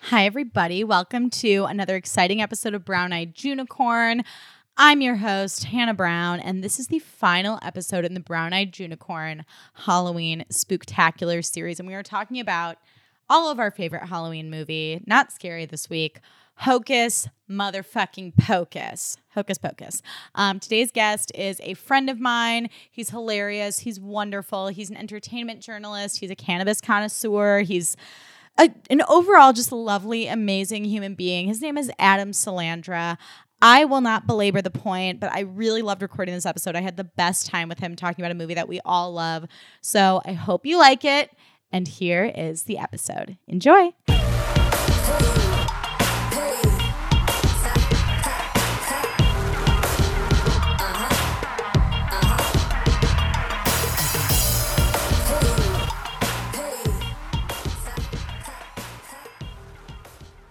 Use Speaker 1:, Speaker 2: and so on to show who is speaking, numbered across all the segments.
Speaker 1: Hi, everybody. Welcome to another exciting episode of Brown Eyed Unicorn. I'm your host, Hannah Brown, and this is the final episode in the Brown Eyed Unicorn Halloween Spooktacular series. And we are talking about all of our favorite Halloween movie, not scary this week, Hocus Motherfucking Pocus. Hocus Pocus. Um, today's guest is a friend of mine. He's hilarious. He's wonderful. He's an entertainment journalist. He's a cannabis connoisseur. He's a, an overall just lovely, amazing human being. His name is Adam Salandra. I will not belabor the point, but I really loved recording this episode. I had the best time with him talking about a movie that we all love. So I hope you like it. And here is the episode. Enjoy.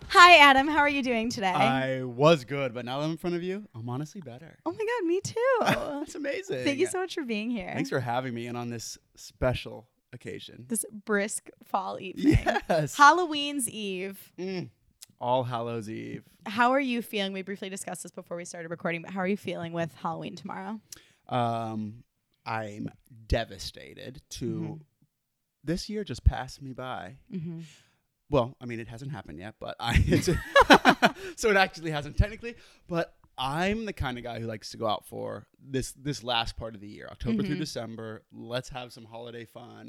Speaker 1: Hi, Adam. How are you doing today?
Speaker 2: I was good, but now that I'm in front of you, I'm honestly better.
Speaker 1: oh my God, me too.
Speaker 2: That's amazing.
Speaker 1: Oh. Thank you so much for being here.
Speaker 2: Thanks for having me and on this special occasion.
Speaker 1: this brisk fall evening.
Speaker 2: Yes.
Speaker 1: Halloween's Eve.
Speaker 2: Mm. All Hallows Eve.
Speaker 1: How are you feeling? We briefly discussed this before we started recording, but how are you feeling with Halloween tomorrow?
Speaker 2: Um, I'm devastated to this year just passed me by.
Speaker 1: Mm-hmm.
Speaker 2: Well, I mean, it hasn't happened yet, but I. It's, so it actually hasn't technically, but I'm the kind of guy who likes to go out for this this last part of the year, October through
Speaker 1: Mhm.
Speaker 2: December. Let's have some holiday fun.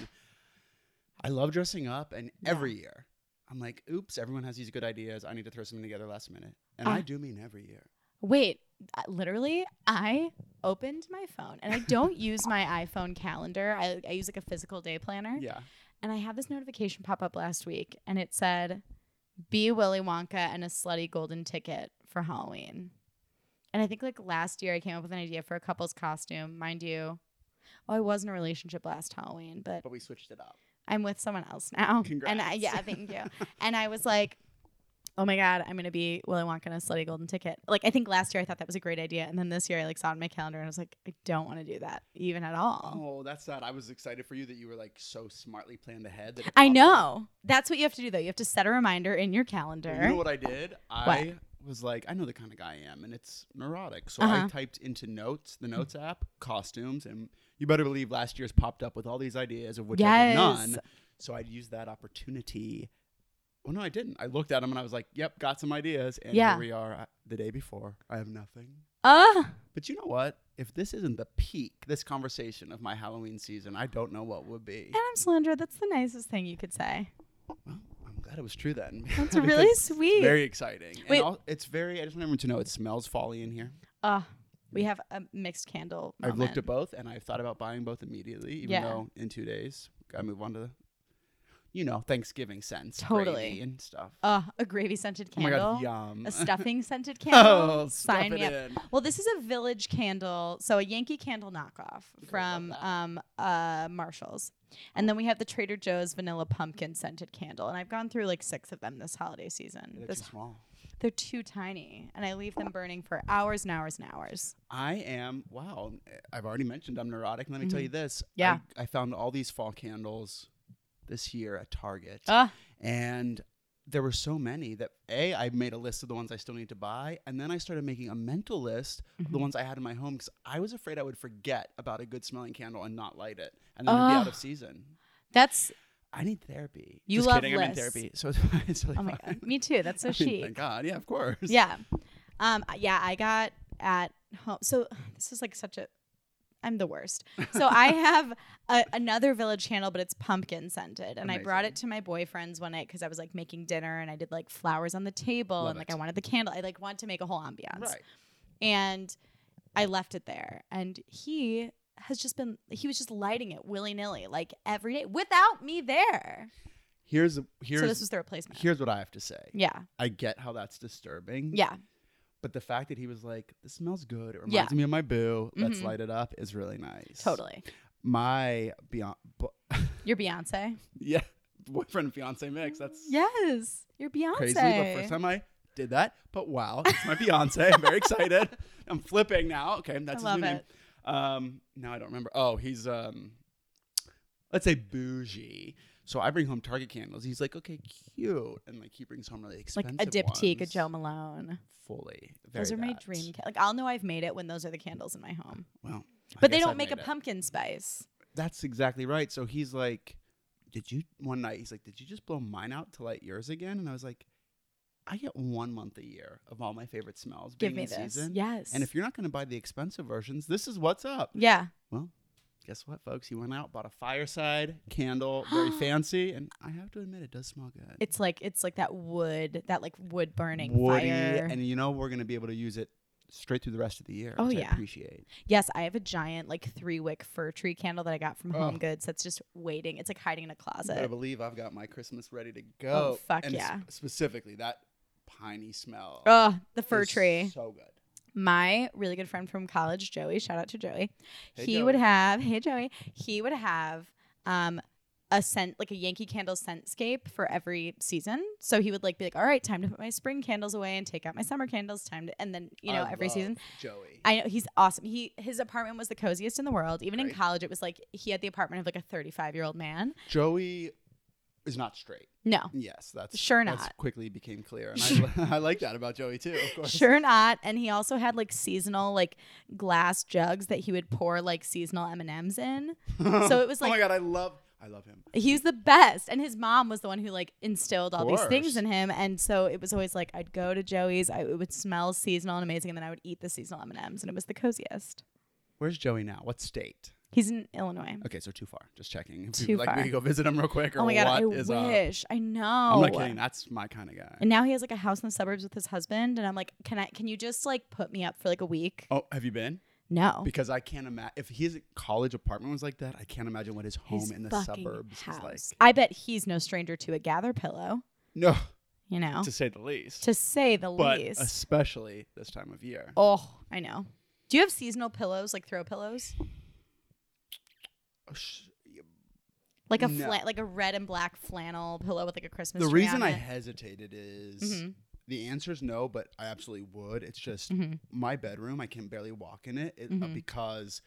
Speaker 2: I love dressing up, and
Speaker 1: Yeah.
Speaker 2: every year I'm like, "Oops, everyone has these good ideas. I need to throw something together last minute," and
Speaker 1: Ah.
Speaker 2: I do mean every year.
Speaker 1: Wait, uh, literally, I opened my phone and I don't use my iPhone calendar. I, I use like a physical day planner.
Speaker 2: Yeah,
Speaker 1: And I had this notification pop up last week and it said, Be Willy Wonka and a slutty golden ticket for Halloween. And I think like last year I came up with an idea for a couple's costume. Mind you, oh, I was in a relationship last Halloween, but
Speaker 2: but we switched it up.
Speaker 1: I'm with someone else now. And I,
Speaker 2: Congrats.
Speaker 1: yeah, thank you. and I was like, oh my God, I'm going to be Willy Wonka on a slutty golden ticket. Like, I think last year I thought that was a great idea. And then this year I like saw it on my calendar and I was like, I don't want to do that even at all.
Speaker 2: Oh, that's sad. I was excited for you that you were like so smartly planned ahead. That it
Speaker 1: I
Speaker 2: popped up.
Speaker 1: know. That's what you have to do though. You have to set a reminder in your calendar.
Speaker 2: Well, you know what I did? I was like, I know the kind of guy I am, and it's neurotic. So
Speaker 1: Uh-huh. Hmm.
Speaker 2: I typed into notes, the notes app, costumes, and you better believe last year's popped up with all these ideas of which I
Speaker 1: Yes.
Speaker 2: had none. So I'd use that opportunity. Well, no, I didn't. I looked at them and I was like, yep, got some ideas. And
Speaker 1: Yeah.
Speaker 2: here we are uh, the day before. I have nothing.
Speaker 1: Uh,
Speaker 2: But you know what? If this isn't the peak, this conversation of my Halloween season, I don't know what would be.
Speaker 1: Adam Slender, that's the nicest thing you could say.
Speaker 2: Well, I'm glad it was true then.
Speaker 1: That's
Speaker 2: because
Speaker 1: really
Speaker 2: it's
Speaker 1: sweet.
Speaker 2: Very exciting.
Speaker 1: Wait.
Speaker 2: And al- it's very, I just want everyone to know it smells folly in here.
Speaker 1: Uh, we have a mixed candle.
Speaker 2: I've looked at
Speaker 1: moment.
Speaker 2: both and I've thought about buying both immediately, even
Speaker 1: Oh, Yeah.
Speaker 2: though in two days, gotta move on to the, you know, Thanksgiving scents.
Speaker 1: Totally.
Speaker 2: gravy and stuff.
Speaker 1: Uh, a gravy scented
Speaker 2: oh my
Speaker 1: candle.
Speaker 2: God, yum.
Speaker 1: a stuffing scented candle.
Speaker 2: oh, stuff
Speaker 1: Sign
Speaker 2: it
Speaker 1: me up.
Speaker 2: in.
Speaker 1: Well, this is a village candle, so a Yankee candle knockoff
Speaker 2: love
Speaker 1: from
Speaker 2: that.
Speaker 1: um, uh, Marshalls, and then we have the Trader Joe's vanilla pumpkin scented candle, and I've gone through like six of them this holiday season.
Speaker 2: They're too
Speaker 1: This,
Speaker 2: small.
Speaker 1: they're too tiny, and I leave them burning for hours and hours and hours.
Speaker 2: I am, wow, I've already mentioned I'm neurotic. Let me tell
Speaker 1: Mhm.
Speaker 2: you this.
Speaker 1: Yeah.
Speaker 2: I, I found all these fall candles this year at Target.
Speaker 1: Ah,
Speaker 2: and there were so many that a I made a list of the ones I still need to buy, and then I started making a mental list of the
Speaker 1: Mhm.
Speaker 2: ones I had in my home because I was afraid I would forget about a good smelling candle and not light it, and then I'd be out
Speaker 1: Ugh.
Speaker 2: of season.
Speaker 1: that's
Speaker 2: I need therapy.
Speaker 1: You
Speaker 2: Just
Speaker 1: love
Speaker 2: kidding, I'm in
Speaker 1: lists.
Speaker 2: therapy, so it's, fine, it's really
Speaker 1: oh my
Speaker 2: fine.
Speaker 1: god, me too. That's so
Speaker 2: I mean,
Speaker 1: chic.
Speaker 2: Thank God, yeah, of course.
Speaker 1: Yeah, um, yeah, I got at home. So this is like such a. I'm the worst. So I have a, another village candle, but it's pumpkin scented, and I brought it to my boyfriend's one night because I was like making dinner and I did like flowers on the table
Speaker 2: Love
Speaker 1: and like
Speaker 2: it.
Speaker 1: I wanted the candle. I like wanted to make a whole ambiance,
Speaker 2: right.
Speaker 1: and I left it there, and he has just been he was just lighting it willy nilly like every day without me there.
Speaker 2: Here's a- here's
Speaker 1: so this was the replacement.
Speaker 2: here's what I have to say.
Speaker 1: yeah,
Speaker 2: I get how that's disturbing.
Speaker 1: yeah,
Speaker 2: But the fact that he was like, "This smells good. It
Speaker 1: Yeah.
Speaker 2: reminds me of my boo. Let's
Speaker 1: Mhm.
Speaker 2: light it up." Is really nice.
Speaker 1: totally.
Speaker 2: My beyond.
Speaker 1: You're Beyonce.
Speaker 2: Yeah, boyfriend and fiance mix. That's
Speaker 1: Yes, you're Beyonce.
Speaker 2: crazy. The first time I did that, but wow, it's my Beyonce. I'm very excited. I'm flipping now. Okay, that's
Speaker 1: love
Speaker 2: his new name.
Speaker 1: it.
Speaker 2: Um, now I don't remember. Oh, he's um, let's say bougie. So I bring home Target candles. He's like, okay, cute, and like he brings home really
Speaker 1: like
Speaker 2: expensive
Speaker 1: a diptyque, a
Speaker 2: ones.
Speaker 1: Joe Malone.
Speaker 2: Fully, Very
Speaker 1: Those are my
Speaker 2: that.
Speaker 1: dream. Ca- like I'll know I've made it when those are the candles in my home.
Speaker 2: Well, I
Speaker 1: But they
Speaker 2: guess I
Speaker 1: don't make a
Speaker 2: made it.
Speaker 1: pumpkin spice.
Speaker 2: That's exactly right. So he's like, did you one night? He's like, did you just blow mine out to light yours again? And I was like, I get one month a year of all my favorite smells.
Speaker 1: Give
Speaker 2: being
Speaker 1: me
Speaker 2: in
Speaker 1: this.
Speaker 2: Season.
Speaker 1: Yes. Mm.
Speaker 2: And if you're not going to buy the expensive versions, this is what's up.
Speaker 1: yeah.
Speaker 2: Guess what, folks? He went out, bought a fireside candle, very fancy, and I have to admit, it does smell good.
Speaker 1: It's like it's like that wood, that like wood burning
Speaker 2: woody,
Speaker 1: fire.
Speaker 2: and you know we're going to be able to use it straight through the rest of the year.
Speaker 1: Oh,
Speaker 2: which
Speaker 1: yeah.
Speaker 2: I appreciate.
Speaker 1: yes, I have a giant like three wick fir tree candle that I got from
Speaker 2: Oh.
Speaker 1: Home Goods that's just waiting. It's like hiding in a
Speaker 2: You better
Speaker 1: closet.
Speaker 2: believe I've got my Christmas ready to go.
Speaker 1: Oh, fuck
Speaker 2: and s-
Speaker 1: yeah.
Speaker 2: specifically that piney smell.
Speaker 1: Oh, the fir
Speaker 2: is
Speaker 1: tree.
Speaker 2: So good.
Speaker 1: My really good friend from college, Joey, shout out to Joey.
Speaker 2: Hey,
Speaker 1: he would
Speaker 2: Joey.
Speaker 1: have, hey Joey, he would have um a scent like a Yankee candle scentscape for every season. So he would like be like, "All right, time to put my spring candles away and take out my summer candles." Time to and then, you know,
Speaker 2: I
Speaker 1: every
Speaker 2: love
Speaker 1: season
Speaker 2: Joey.
Speaker 1: I know he's awesome. He his apartment was the coziest in the world. Even in
Speaker 2: Right.
Speaker 1: college, it was like he had the apartment of like a 35 year old man.
Speaker 2: Joey is not straight.
Speaker 1: No,
Speaker 2: Yes, that's
Speaker 1: Sure
Speaker 2: that's
Speaker 1: not.
Speaker 2: quickly became clear, and I, I like that about Joey too. Of course.
Speaker 1: sure not. And he also had like seasonal like glass jugs that he would pour like seasonal M and M's in. So it was
Speaker 2: oh my
Speaker 1: like-
Speaker 2: god, I love, I love him.
Speaker 1: He was the best, and his mom was the one who like instilled all these things
Speaker 2: course.
Speaker 1: in him. And so it was always like I'd go to Joey's. I it would smell seasonal and amazing, and then I would eat the seasonal M and M's, and it was the coziest.
Speaker 2: Where's Joey now? What state?
Speaker 1: He's in Illinois.
Speaker 2: Okay, so too far. Just checking. If
Speaker 1: Too
Speaker 2: you'd like
Speaker 1: far.
Speaker 2: me to go visit him real quick, or
Speaker 1: Oh my god,
Speaker 2: what
Speaker 1: I
Speaker 2: is up?
Speaker 1: wish. I know.
Speaker 2: I'm not kidding. That's my kind of guy.
Speaker 1: And now he has like a house in the suburbs with his husband. And I'm like, can I? Can you just like put me up for like a week?
Speaker 2: Oh, have you been?
Speaker 1: No,
Speaker 2: Because I can't imagine if his college apartment was like that. I can't imagine what his home
Speaker 1: His
Speaker 2: in the
Speaker 1: fucking
Speaker 2: suburbs is like.
Speaker 1: house. I bet he's no stranger to a gather pillow.
Speaker 2: No,
Speaker 1: You know,
Speaker 2: to say the least.
Speaker 1: Oh. to say the
Speaker 2: but
Speaker 1: least.
Speaker 2: especially this time of year.
Speaker 1: oh, I know. Do you have seasonal pillows, like throw pillows,
Speaker 2: Sh-
Speaker 1: like a
Speaker 2: No.
Speaker 1: fla- like a red and black flannel pillow with like a Christmas?
Speaker 2: the
Speaker 1: tree on
Speaker 2: reason I
Speaker 1: it?
Speaker 2: hesitated is
Speaker 1: Mhm.
Speaker 2: the answer is no, but I absolutely would. It's just
Speaker 1: Mhm.
Speaker 2: my bedroom. I can barely walk in it, it uh,
Speaker 1: Mhm.
Speaker 2: because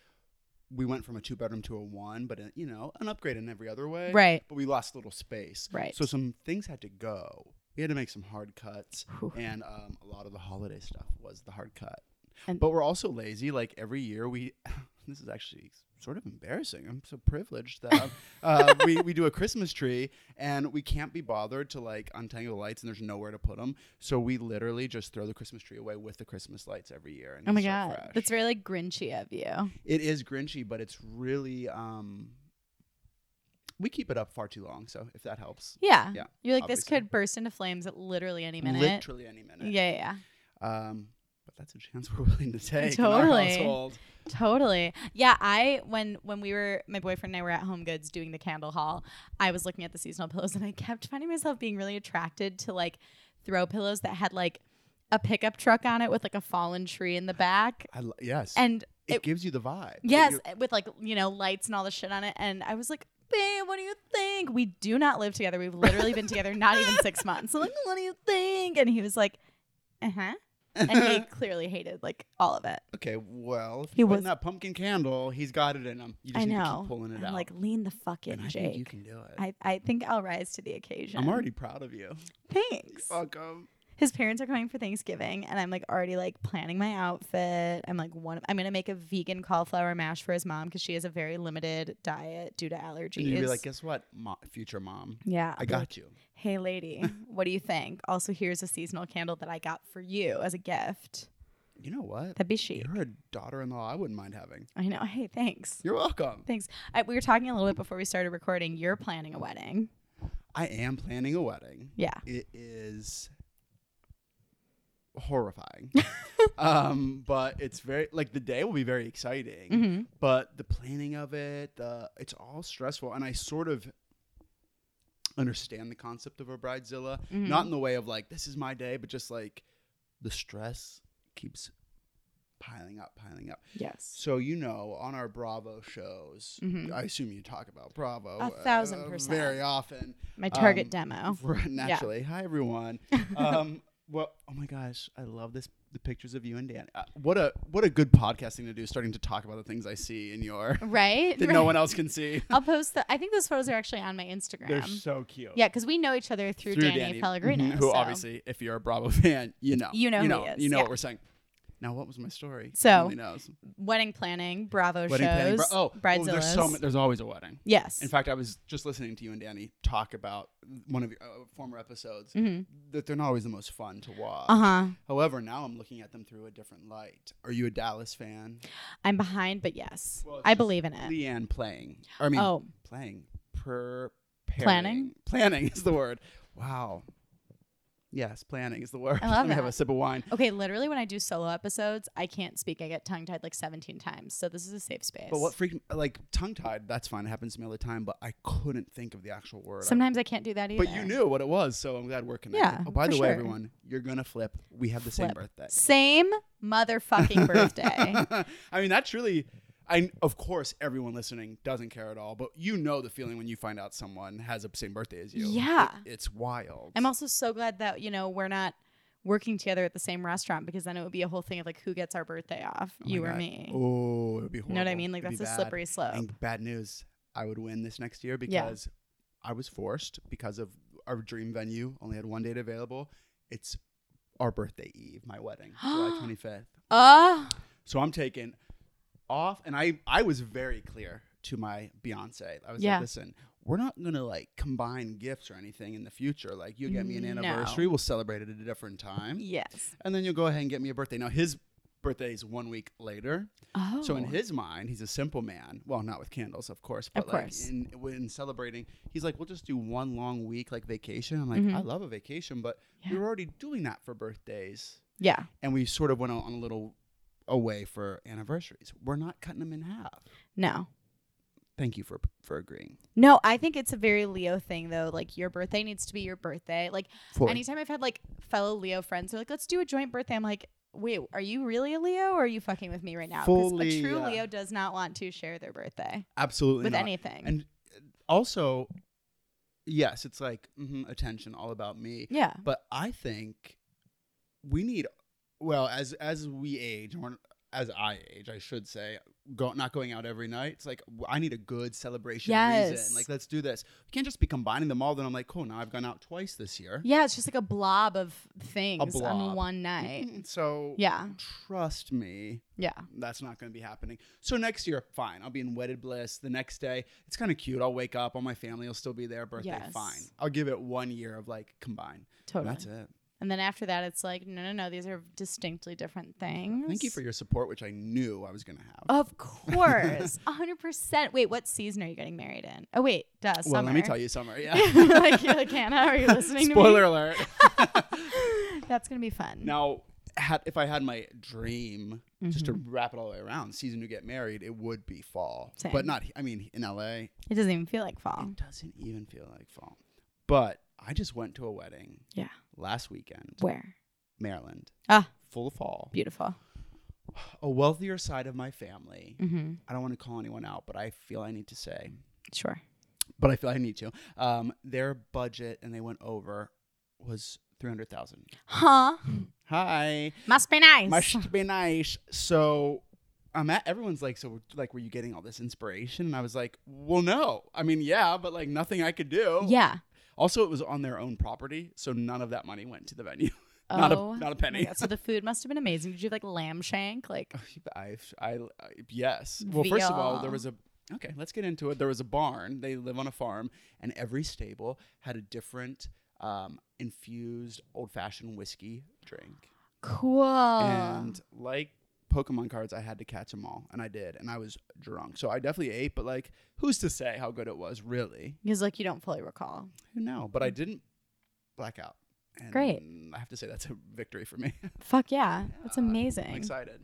Speaker 2: we went from a two bedroom to a one, but uh, you know, an upgrade in every other way.
Speaker 1: right,
Speaker 2: But we lost a little space.
Speaker 1: right.
Speaker 2: So some things had to go. We had to make some hard cuts,
Speaker 1: Whew.
Speaker 2: and um, a lot of the holiday stuff was the hard cut.
Speaker 1: And-
Speaker 2: but we're also lazy. Like every year, we this is actually sort of embarrassing. I'm so privileged that um, uh, we we do a Christmas tree, and we can't be bothered to like untangle the lights, and there's nowhere to put them. So we literally just throw the Christmas tree away with the Christmas lights every year. And
Speaker 1: oh my
Speaker 2: it's so
Speaker 1: god,
Speaker 2: fresh.
Speaker 1: that's very like Grinchy of you.
Speaker 2: it is grinchy, but it's really um, we keep it up far too long. So if that helps.
Speaker 1: Yeah,
Speaker 2: Yeah,
Speaker 1: You're like this
Speaker 2: obviously.
Speaker 1: could burst into flames at literally any minute.
Speaker 2: Literally any minute.
Speaker 1: Yeah, yeah, yeah.
Speaker 2: Um, but that's a chance we're willing to take. In our
Speaker 1: Totally.
Speaker 2: household.
Speaker 1: Totally. Yeah, I when when we were my boyfriend and I were at Home Goods doing the candle haul, I was looking at the seasonal pillows and I kept finding myself being really attracted to like throw pillows that had like a pickup truck on it with like a fallen tree in the back.
Speaker 2: I lo- yes.
Speaker 1: And
Speaker 2: it,
Speaker 1: it-
Speaker 2: gives you the vibe. that
Speaker 1: yes, eh,
Speaker 2: you're-
Speaker 1: with like, you know, lights and all the shit on it and I was like, "Babe, what do you think? We do not live together. We've literally been together not even 6 months." So like, "What do you think?" And he was like, "Uh-huh." And he clearly hated like all of it.
Speaker 2: okay, well, if
Speaker 1: He
Speaker 2: you put
Speaker 1: was-
Speaker 2: in that pumpkin candle, he's got it in him. You just
Speaker 1: I
Speaker 2: need
Speaker 1: know.
Speaker 2: to keep pulling it
Speaker 1: I'm
Speaker 2: out.
Speaker 1: like, "Lean the fuck in,
Speaker 2: and I
Speaker 1: Jake."
Speaker 2: think you can do it.
Speaker 1: I, I think I'll rise to the occasion.
Speaker 2: am already Oh. proud of you.
Speaker 1: Thanks.
Speaker 2: Welcome.
Speaker 1: His parents are coming for Thanksgiving, and I'm like already like planning my outfit. I'm like one. I'm gonna make a vegan cauliflower mash for his mom because she has a very limited diet due to allergies.
Speaker 2: And you'd be like, guess what, Mo- future mom?
Speaker 1: yeah.
Speaker 2: I
Speaker 1: I'll be like,
Speaker 2: got you.
Speaker 1: Hey, lady, what do you think? Also, here's a seasonal candle that I got for you as a gift.
Speaker 2: You know what?
Speaker 1: That'd be chic.
Speaker 2: You're a daughter-in-law. I wouldn't mind having.
Speaker 1: I know. Hey, thanks.
Speaker 2: You're welcome.
Speaker 1: Thanks. I, we were talking a little bit before we started recording. You're planning a wedding.
Speaker 2: I am planning a wedding.
Speaker 1: Yeah.
Speaker 2: It is horrifying. um, but it's very like the day will be very exciting,
Speaker 1: Mm-hmm.
Speaker 2: but the planning of it, the it's all stressful and I sort of understand the concept of a bridezilla,
Speaker 1: Mm-hmm.
Speaker 2: not in the way of like this is my day, but just like the stress keeps piling up, piling up.
Speaker 1: Yes.
Speaker 2: So you know, on our Bravo shows,
Speaker 1: Mhm.
Speaker 2: I assume you talk about Bravo
Speaker 1: A thousand
Speaker 2: uh,
Speaker 1: percent.
Speaker 2: very often
Speaker 1: My target
Speaker 2: Um,
Speaker 1: demo.
Speaker 2: naturally. Hi, everyone. Um, Well, oh my gosh, I love this. The pictures of you and Dan. Uh, what a what a good podcasting to do. Starting to talk about the things I see in your
Speaker 1: Right?
Speaker 2: that no one else can see.
Speaker 1: I'll post the. I think those photos are actually on my Instagram.
Speaker 2: They're so cute.
Speaker 1: yeah, because we know each other through, Danny, Pellegrino.
Speaker 2: mhm, who
Speaker 1: so-
Speaker 2: obviously, if you're a Bravo fan, you know,
Speaker 1: You know
Speaker 2: you
Speaker 1: who
Speaker 2: know,
Speaker 1: he is,
Speaker 2: you know
Speaker 1: yeah.
Speaker 2: what we're saying. Now, what was my story?
Speaker 1: So,
Speaker 2: Who knows?
Speaker 1: wedding planning, Bravo
Speaker 2: Wedding
Speaker 1: shows,
Speaker 2: planning. bro- oh, oh, there's so
Speaker 1: Bridezillas.
Speaker 2: ma- There's always a wedding.
Speaker 1: yes.
Speaker 2: In fact, I was just listening to you and Danny talk about one of your uh, former episodes
Speaker 1: Mm. Mm-hmm.
Speaker 2: that they're not always the most fun to watch.
Speaker 1: uh huh.
Speaker 2: However, now I'm looking at them through a different light. Are you a Dallas fan?
Speaker 1: I'm behind, but yes,
Speaker 2: Well, it's
Speaker 1: I
Speaker 2: just
Speaker 1: believe in it.
Speaker 2: Leanne playing. Or, I mean,
Speaker 1: Oh.
Speaker 2: playing. Preparing. Planning.
Speaker 1: Planning?
Speaker 2: Planning is the word. Wow. Yes, planning is the word.
Speaker 1: I love
Speaker 2: Let me have
Speaker 1: that.
Speaker 2: a sip of wine.
Speaker 1: Okay, literally, when I do solo episodes, I can't speak. I get tongue tied like 17 times. So this is a safe space.
Speaker 2: But what freaked like tongue tied? That's fine. It happens to me all the time. But I couldn't think of the actual word. I-
Speaker 1: Sometimes I can't do that either.
Speaker 2: but you knew what it was, so I'm glad we're connected.
Speaker 1: Yeah,
Speaker 2: Oh, by
Speaker 1: for
Speaker 2: the way,
Speaker 1: sure.
Speaker 2: everyone, you're gonna flip. We have the same
Speaker 1: Flip.
Speaker 2: birthday.
Speaker 1: Same motherfucking birthday.
Speaker 2: I mean, that's really. I of course everyone listening doesn't care at all, but you know the feeling when you find out someone has the same birthday as you.
Speaker 1: Yeah.
Speaker 2: It- it's wild.
Speaker 1: I'm also so glad that, you know, we're not working together at the same restaurant because then it would be a whole thing of like who gets our birthday off,
Speaker 2: Oh my
Speaker 1: you or
Speaker 2: God.
Speaker 1: me.
Speaker 2: Oh, it would be horrible.
Speaker 1: You know what I mean? Like
Speaker 2: It'd be
Speaker 1: that's a
Speaker 2: bad.
Speaker 1: slippery slope.
Speaker 2: And bad news, I would win this next year because I was forced because of our dream venue only had one date available. It's our birthday eve, my wedding, July 25th.
Speaker 1: Oh,
Speaker 2: So I'm taking off, and I I was very clear to my Beyonce. I was
Speaker 1: Yeah.
Speaker 2: like, listen, we're not gonna like combine gifts or anything in the future. Like you get me an
Speaker 1: No.
Speaker 2: anniversary, we'll celebrate it at a different time,
Speaker 1: yes.
Speaker 2: and then you'll go ahead and get me a birthday. Now his birthday is one week later.
Speaker 1: Oh.
Speaker 2: So in his mind, he's a simple man. Well, not with candles, of course, but
Speaker 1: Of course.
Speaker 2: like in when celebrating, he's like, we'll just do one long week like vacation. I'm like,
Speaker 1: Mm-hmm.
Speaker 2: I love a vacation, but we were already doing that for birthdays,
Speaker 1: yeah.
Speaker 2: and we sort of went on a little away for anniversaries. We're not cutting them in half.
Speaker 1: No.
Speaker 2: Thank you for for agreeing.
Speaker 1: No, I think it's a very Leo thing though. Like your birthday needs to be your birthday. Like
Speaker 2: Fully.
Speaker 1: anytime I've had like fellow Leo friends, they're like, "Let's do a joint birthday." I'm like, "Wait, are you really a Leo, or are you fucking with me right now?" a
Speaker 2: Fully,
Speaker 1: true
Speaker 2: yeah.
Speaker 1: Leo does not want to share their birthday
Speaker 2: Absolutely
Speaker 1: with
Speaker 2: not.
Speaker 1: anything.
Speaker 2: And uh, also, yes, it's like mhm, attention, all about me.
Speaker 1: yeah,
Speaker 2: but I think we need well as as we age or as I age, I should say, go, not going out every night. It's like w- I need a good celebration
Speaker 1: Yes.
Speaker 2: reason. Like let's do this. We can't just be combining them all. Then I'm like, cool. Now I've gone out twice this year.
Speaker 1: yeah, it's just like a blob of things on
Speaker 2: blob.
Speaker 1: one night.
Speaker 2: Mm, So
Speaker 1: yeah,
Speaker 2: trust me,
Speaker 1: yeah,
Speaker 2: that's not going to be happening. So next year, fine. I'll be in wedded bliss. The next day, it's kind of cute. I'll wake up. All my family will still be there. Birthday,
Speaker 1: Yes.
Speaker 2: fine. I'll give it one year of like combine. And
Speaker 1: totally.
Speaker 2: That's it.
Speaker 1: And then after that, it's like, no, no, no, these are distinctly different things.
Speaker 2: Thank you for your support, which I knew I was going to have.
Speaker 1: Of course, a hundred percent. Wait, what season are you getting married in? Oh wait, duh, summer.
Speaker 2: Well, let me tell you, Summer. Yeah.
Speaker 1: like, you're like, Hannah, are you listening
Speaker 2: Spoiler alert.
Speaker 1: to me? That's gonna be fun.
Speaker 2: now, had, if I had my dream, just to
Speaker 1: Mm-hmm.
Speaker 2: wrap it all the way around, season to get married, it would be fall.
Speaker 1: Same.
Speaker 2: But not, I mean, in LA,
Speaker 1: It doesn't even feel like fall.
Speaker 2: it doesn't even feel like fall. But I just went to a wedding
Speaker 1: Yeah.
Speaker 2: last weekend,
Speaker 1: Where?
Speaker 2: Maryland,
Speaker 1: Ah,
Speaker 2: full of fall.
Speaker 1: beautiful.
Speaker 2: A wealthier side of my family.
Speaker 1: Mm-hmm.
Speaker 2: I don't want to call anyone out, but I feel I need to say
Speaker 1: Sure.
Speaker 2: but I feel I need to. Um, their budget, and they went over, was three hundred thousand.
Speaker 1: Huh?
Speaker 2: Hi,
Speaker 1: Must be nice.
Speaker 2: must be nice. So I'm at everyone's like, so like, were you getting all this inspiration? And I was like, well, no. I mean, yeah, but like nothing I could do.
Speaker 1: yeah.
Speaker 2: Also, it was on their own property, so none of that money went to the venue. Not a-
Speaker 1: Oh
Speaker 2: not a
Speaker 1: my
Speaker 2: penny. Oh,
Speaker 1: God. So the food must have been amazing. Did you have like lamb shank? Like
Speaker 2: I, I, I- yes. Well, first of all,
Speaker 1: Veal.
Speaker 2: there was a. Okay, let's get into it. There was a barn. They live on a farm, and every stable had a different um, infused old fashioned whiskey drink.
Speaker 1: cool.
Speaker 2: And like Pokemon cards, I had to catch them all, and I did, and I was drunk. So I definitely ate, but like, who's to say how good it was, really?
Speaker 1: because like you don't fully recall.
Speaker 2: Who know? But I didn't black out. And
Speaker 1: Mm. Great.
Speaker 2: I have to say that's a victory for me.
Speaker 1: Fuck yeah. That's
Speaker 2: Uh, I'm
Speaker 1: amazing.
Speaker 2: I'm excited.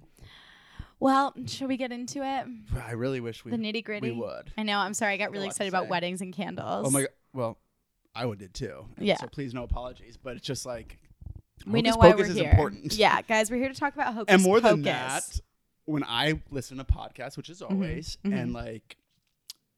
Speaker 1: well, should we get into it?
Speaker 2: I really wish we
Speaker 1: the nitty gritty.
Speaker 2: we would.
Speaker 1: I know. I'm sorry. I got really
Speaker 2: lot to
Speaker 1: excited about
Speaker 2: say.
Speaker 1: weddings and candles.
Speaker 2: Oh my god. Well, I would did too. And
Speaker 1: Yeah.
Speaker 2: So please no apologies, but it's just like
Speaker 1: We
Speaker 2: hocus
Speaker 1: know why
Speaker 2: pocus
Speaker 1: we're
Speaker 2: is
Speaker 1: here.
Speaker 2: important.
Speaker 1: Yeah, guys, we're here to talk about hocus
Speaker 2: And more
Speaker 1: pocus.
Speaker 2: than that, when I listen to podcasts, which is always,
Speaker 1: mhm.
Speaker 2: and like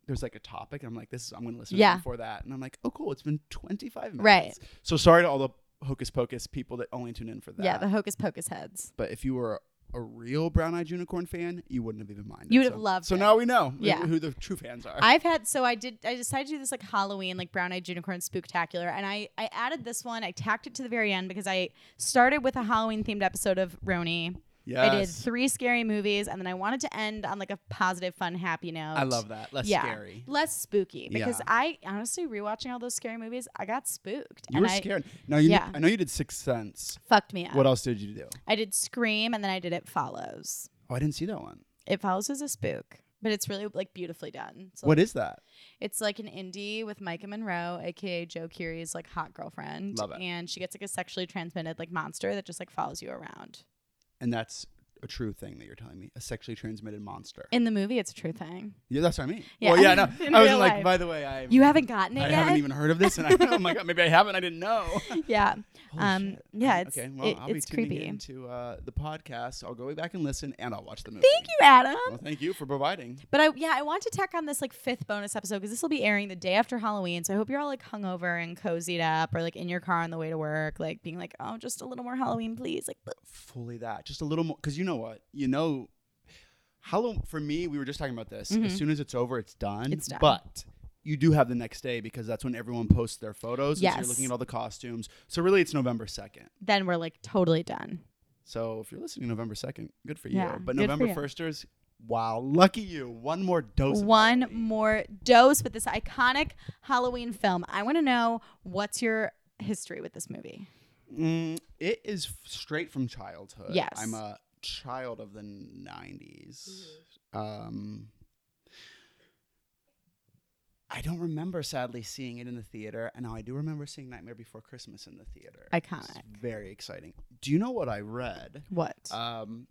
Speaker 2: there's like a topic, I'm like, this is I'm gonna listen
Speaker 1: Yeah.
Speaker 2: to it before that. And I'm like, oh cool, it's been twenty five minutes.
Speaker 1: Right.
Speaker 2: So sorry to all the hocus pocus people that only tune in for that.
Speaker 1: Yeah, the hocus pocus heads.
Speaker 2: but if you were a real brown eyed unicorn fan, you wouldn't have even minded.
Speaker 1: You would have
Speaker 2: so.
Speaker 1: loved
Speaker 2: So
Speaker 1: it.
Speaker 2: now we know
Speaker 1: Yeah.
Speaker 2: who the true fans are.
Speaker 1: I've had so I did I decided to do this like Halloween like brown eyed unicorn spooktacular and I I added this one I tacked it to the very end because I started with a Halloween themed episode of Roni.
Speaker 2: yes.
Speaker 1: I did three scary movies and then I wanted to end on like a positive fun happy note.
Speaker 2: I love that. Less
Speaker 1: yeah,
Speaker 2: scary.
Speaker 1: less spooky because
Speaker 2: Yeah.
Speaker 1: I honestly rewatching all those scary movies I got spooked
Speaker 2: You
Speaker 1: and
Speaker 2: were
Speaker 1: I
Speaker 2: scared. No, you.
Speaker 1: yeah.
Speaker 2: I know you did Sixth Sense.
Speaker 1: fucked me up.
Speaker 2: What else did you do?
Speaker 1: I did Scream and then I did It Follows.
Speaker 2: Oh, I didn't see that one.
Speaker 1: It Follows is a spook, but it's really like beautifully done. So
Speaker 2: What is that?
Speaker 1: It's like an indie with Micah Monroe, aka Joe Curie's like hot girlfriend.
Speaker 2: Love it.
Speaker 1: And she gets like a sexually transmitted like monster that just like follows you around.
Speaker 2: And that's a true thing that you're telling me. A sexually transmitted monster.
Speaker 1: In the movie, it's a true thing.
Speaker 2: yeah, that's what I mean.
Speaker 1: Yeah,
Speaker 2: Well, yeah, no.
Speaker 1: in
Speaker 2: I was
Speaker 1: real
Speaker 2: like,
Speaker 1: life.
Speaker 2: by the way, I.
Speaker 1: You haven't gotten it
Speaker 2: I
Speaker 1: yet.
Speaker 2: haven't even heard of this, and I, oh my god, maybe I haven't. I didn't know.
Speaker 1: yeah.
Speaker 2: Holy
Speaker 1: Um,
Speaker 2: shit.
Speaker 1: yeah, it's-
Speaker 2: okay. Well,
Speaker 1: it-
Speaker 2: I'll
Speaker 1: it's
Speaker 2: be tuning
Speaker 1: creepy.
Speaker 2: into uh, the podcast. I'll go back and listen, and I'll watch the movie.
Speaker 1: Thank you, Adam.
Speaker 2: Well, thank you for providing.
Speaker 1: But I yeah, I want to tack on this like fifth bonus episode because this will be airing the day after Halloween. So I hope you're all like hungover and cozied up or like in your car on the way to work, like being like, oh, just a little more Halloween, please. Like,
Speaker 2: fully that just a little more because you know what you know Halloween for me we were just talking about this
Speaker 1: Mhm.
Speaker 2: as soon as it's over it's done
Speaker 1: It's done.
Speaker 2: but you do have the next day because that's when everyone posts their photos and so
Speaker 1: Yes.
Speaker 2: you're looking at all the costumes so really it's November 2nd
Speaker 1: then we're like totally done.
Speaker 2: so if you're listening November 2nd good for you
Speaker 1: Yeah,
Speaker 2: but
Speaker 1: good for
Speaker 2: November
Speaker 1: you.
Speaker 2: 1sters wow lucky you one more dose of
Speaker 1: one
Speaker 2: Halloween.
Speaker 1: more dose with this iconic Halloween film. I want to know what's your history with this movie?
Speaker 2: Mm, it is f- straight from childhood.
Speaker 1: Yes.
Speaker 2: I'm a child of the 90s.
Speaker 1: Mm-hmm.
Speaker 2: Um, I don't remember, sadly, seeing it in the theater. And now I do remember seeing Nightmare Before Christmas in the theater. It's
Speaker 1: Iconic.
Speaker 2: very exciting. Do you know what I read?
Speaker 1: What?
Speaker 2: Um,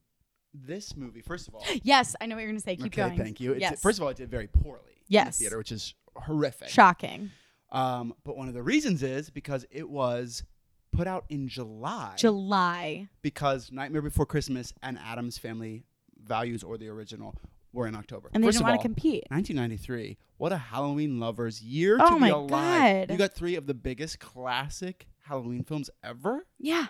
Speaker 2: this movie, first of all,
Speaker 1: yes, I know what you're going to say. Keep
Speaker 2: okay,
Speaker 1: going.
Speaker 2: thank you. It,
Speaker 1: Yes.
Speaker 2: First of all, it did very poorly in the
Speaker 1: Yes.
Speaker 2: theater, which is horrific.
Speaker 1: Shocking.
Speaker 2: Um, but one of the reasons is because it was put out in
Speaker 1: July.
Speaker 2: because Nightmare Before Christmas and Adam's Family Values or the original were in October.
Speaker 1: And they
Speaker 2: First
Speaker 1: didn't
Speaker 2: of
Speaker 1: want
Speaker 2: all,
Speaker 1: to compete.
Speaker 2: 1993. What a Halloween lovers year
Speaker 1: Oh
Speaker 2: to
Speaker 1: my
Speaker 2: be alive.
Speaker 1: God.
Speaker 2: You got three of the biggest classic Halloween films ever. Wow,
Speaker 1: Yeah.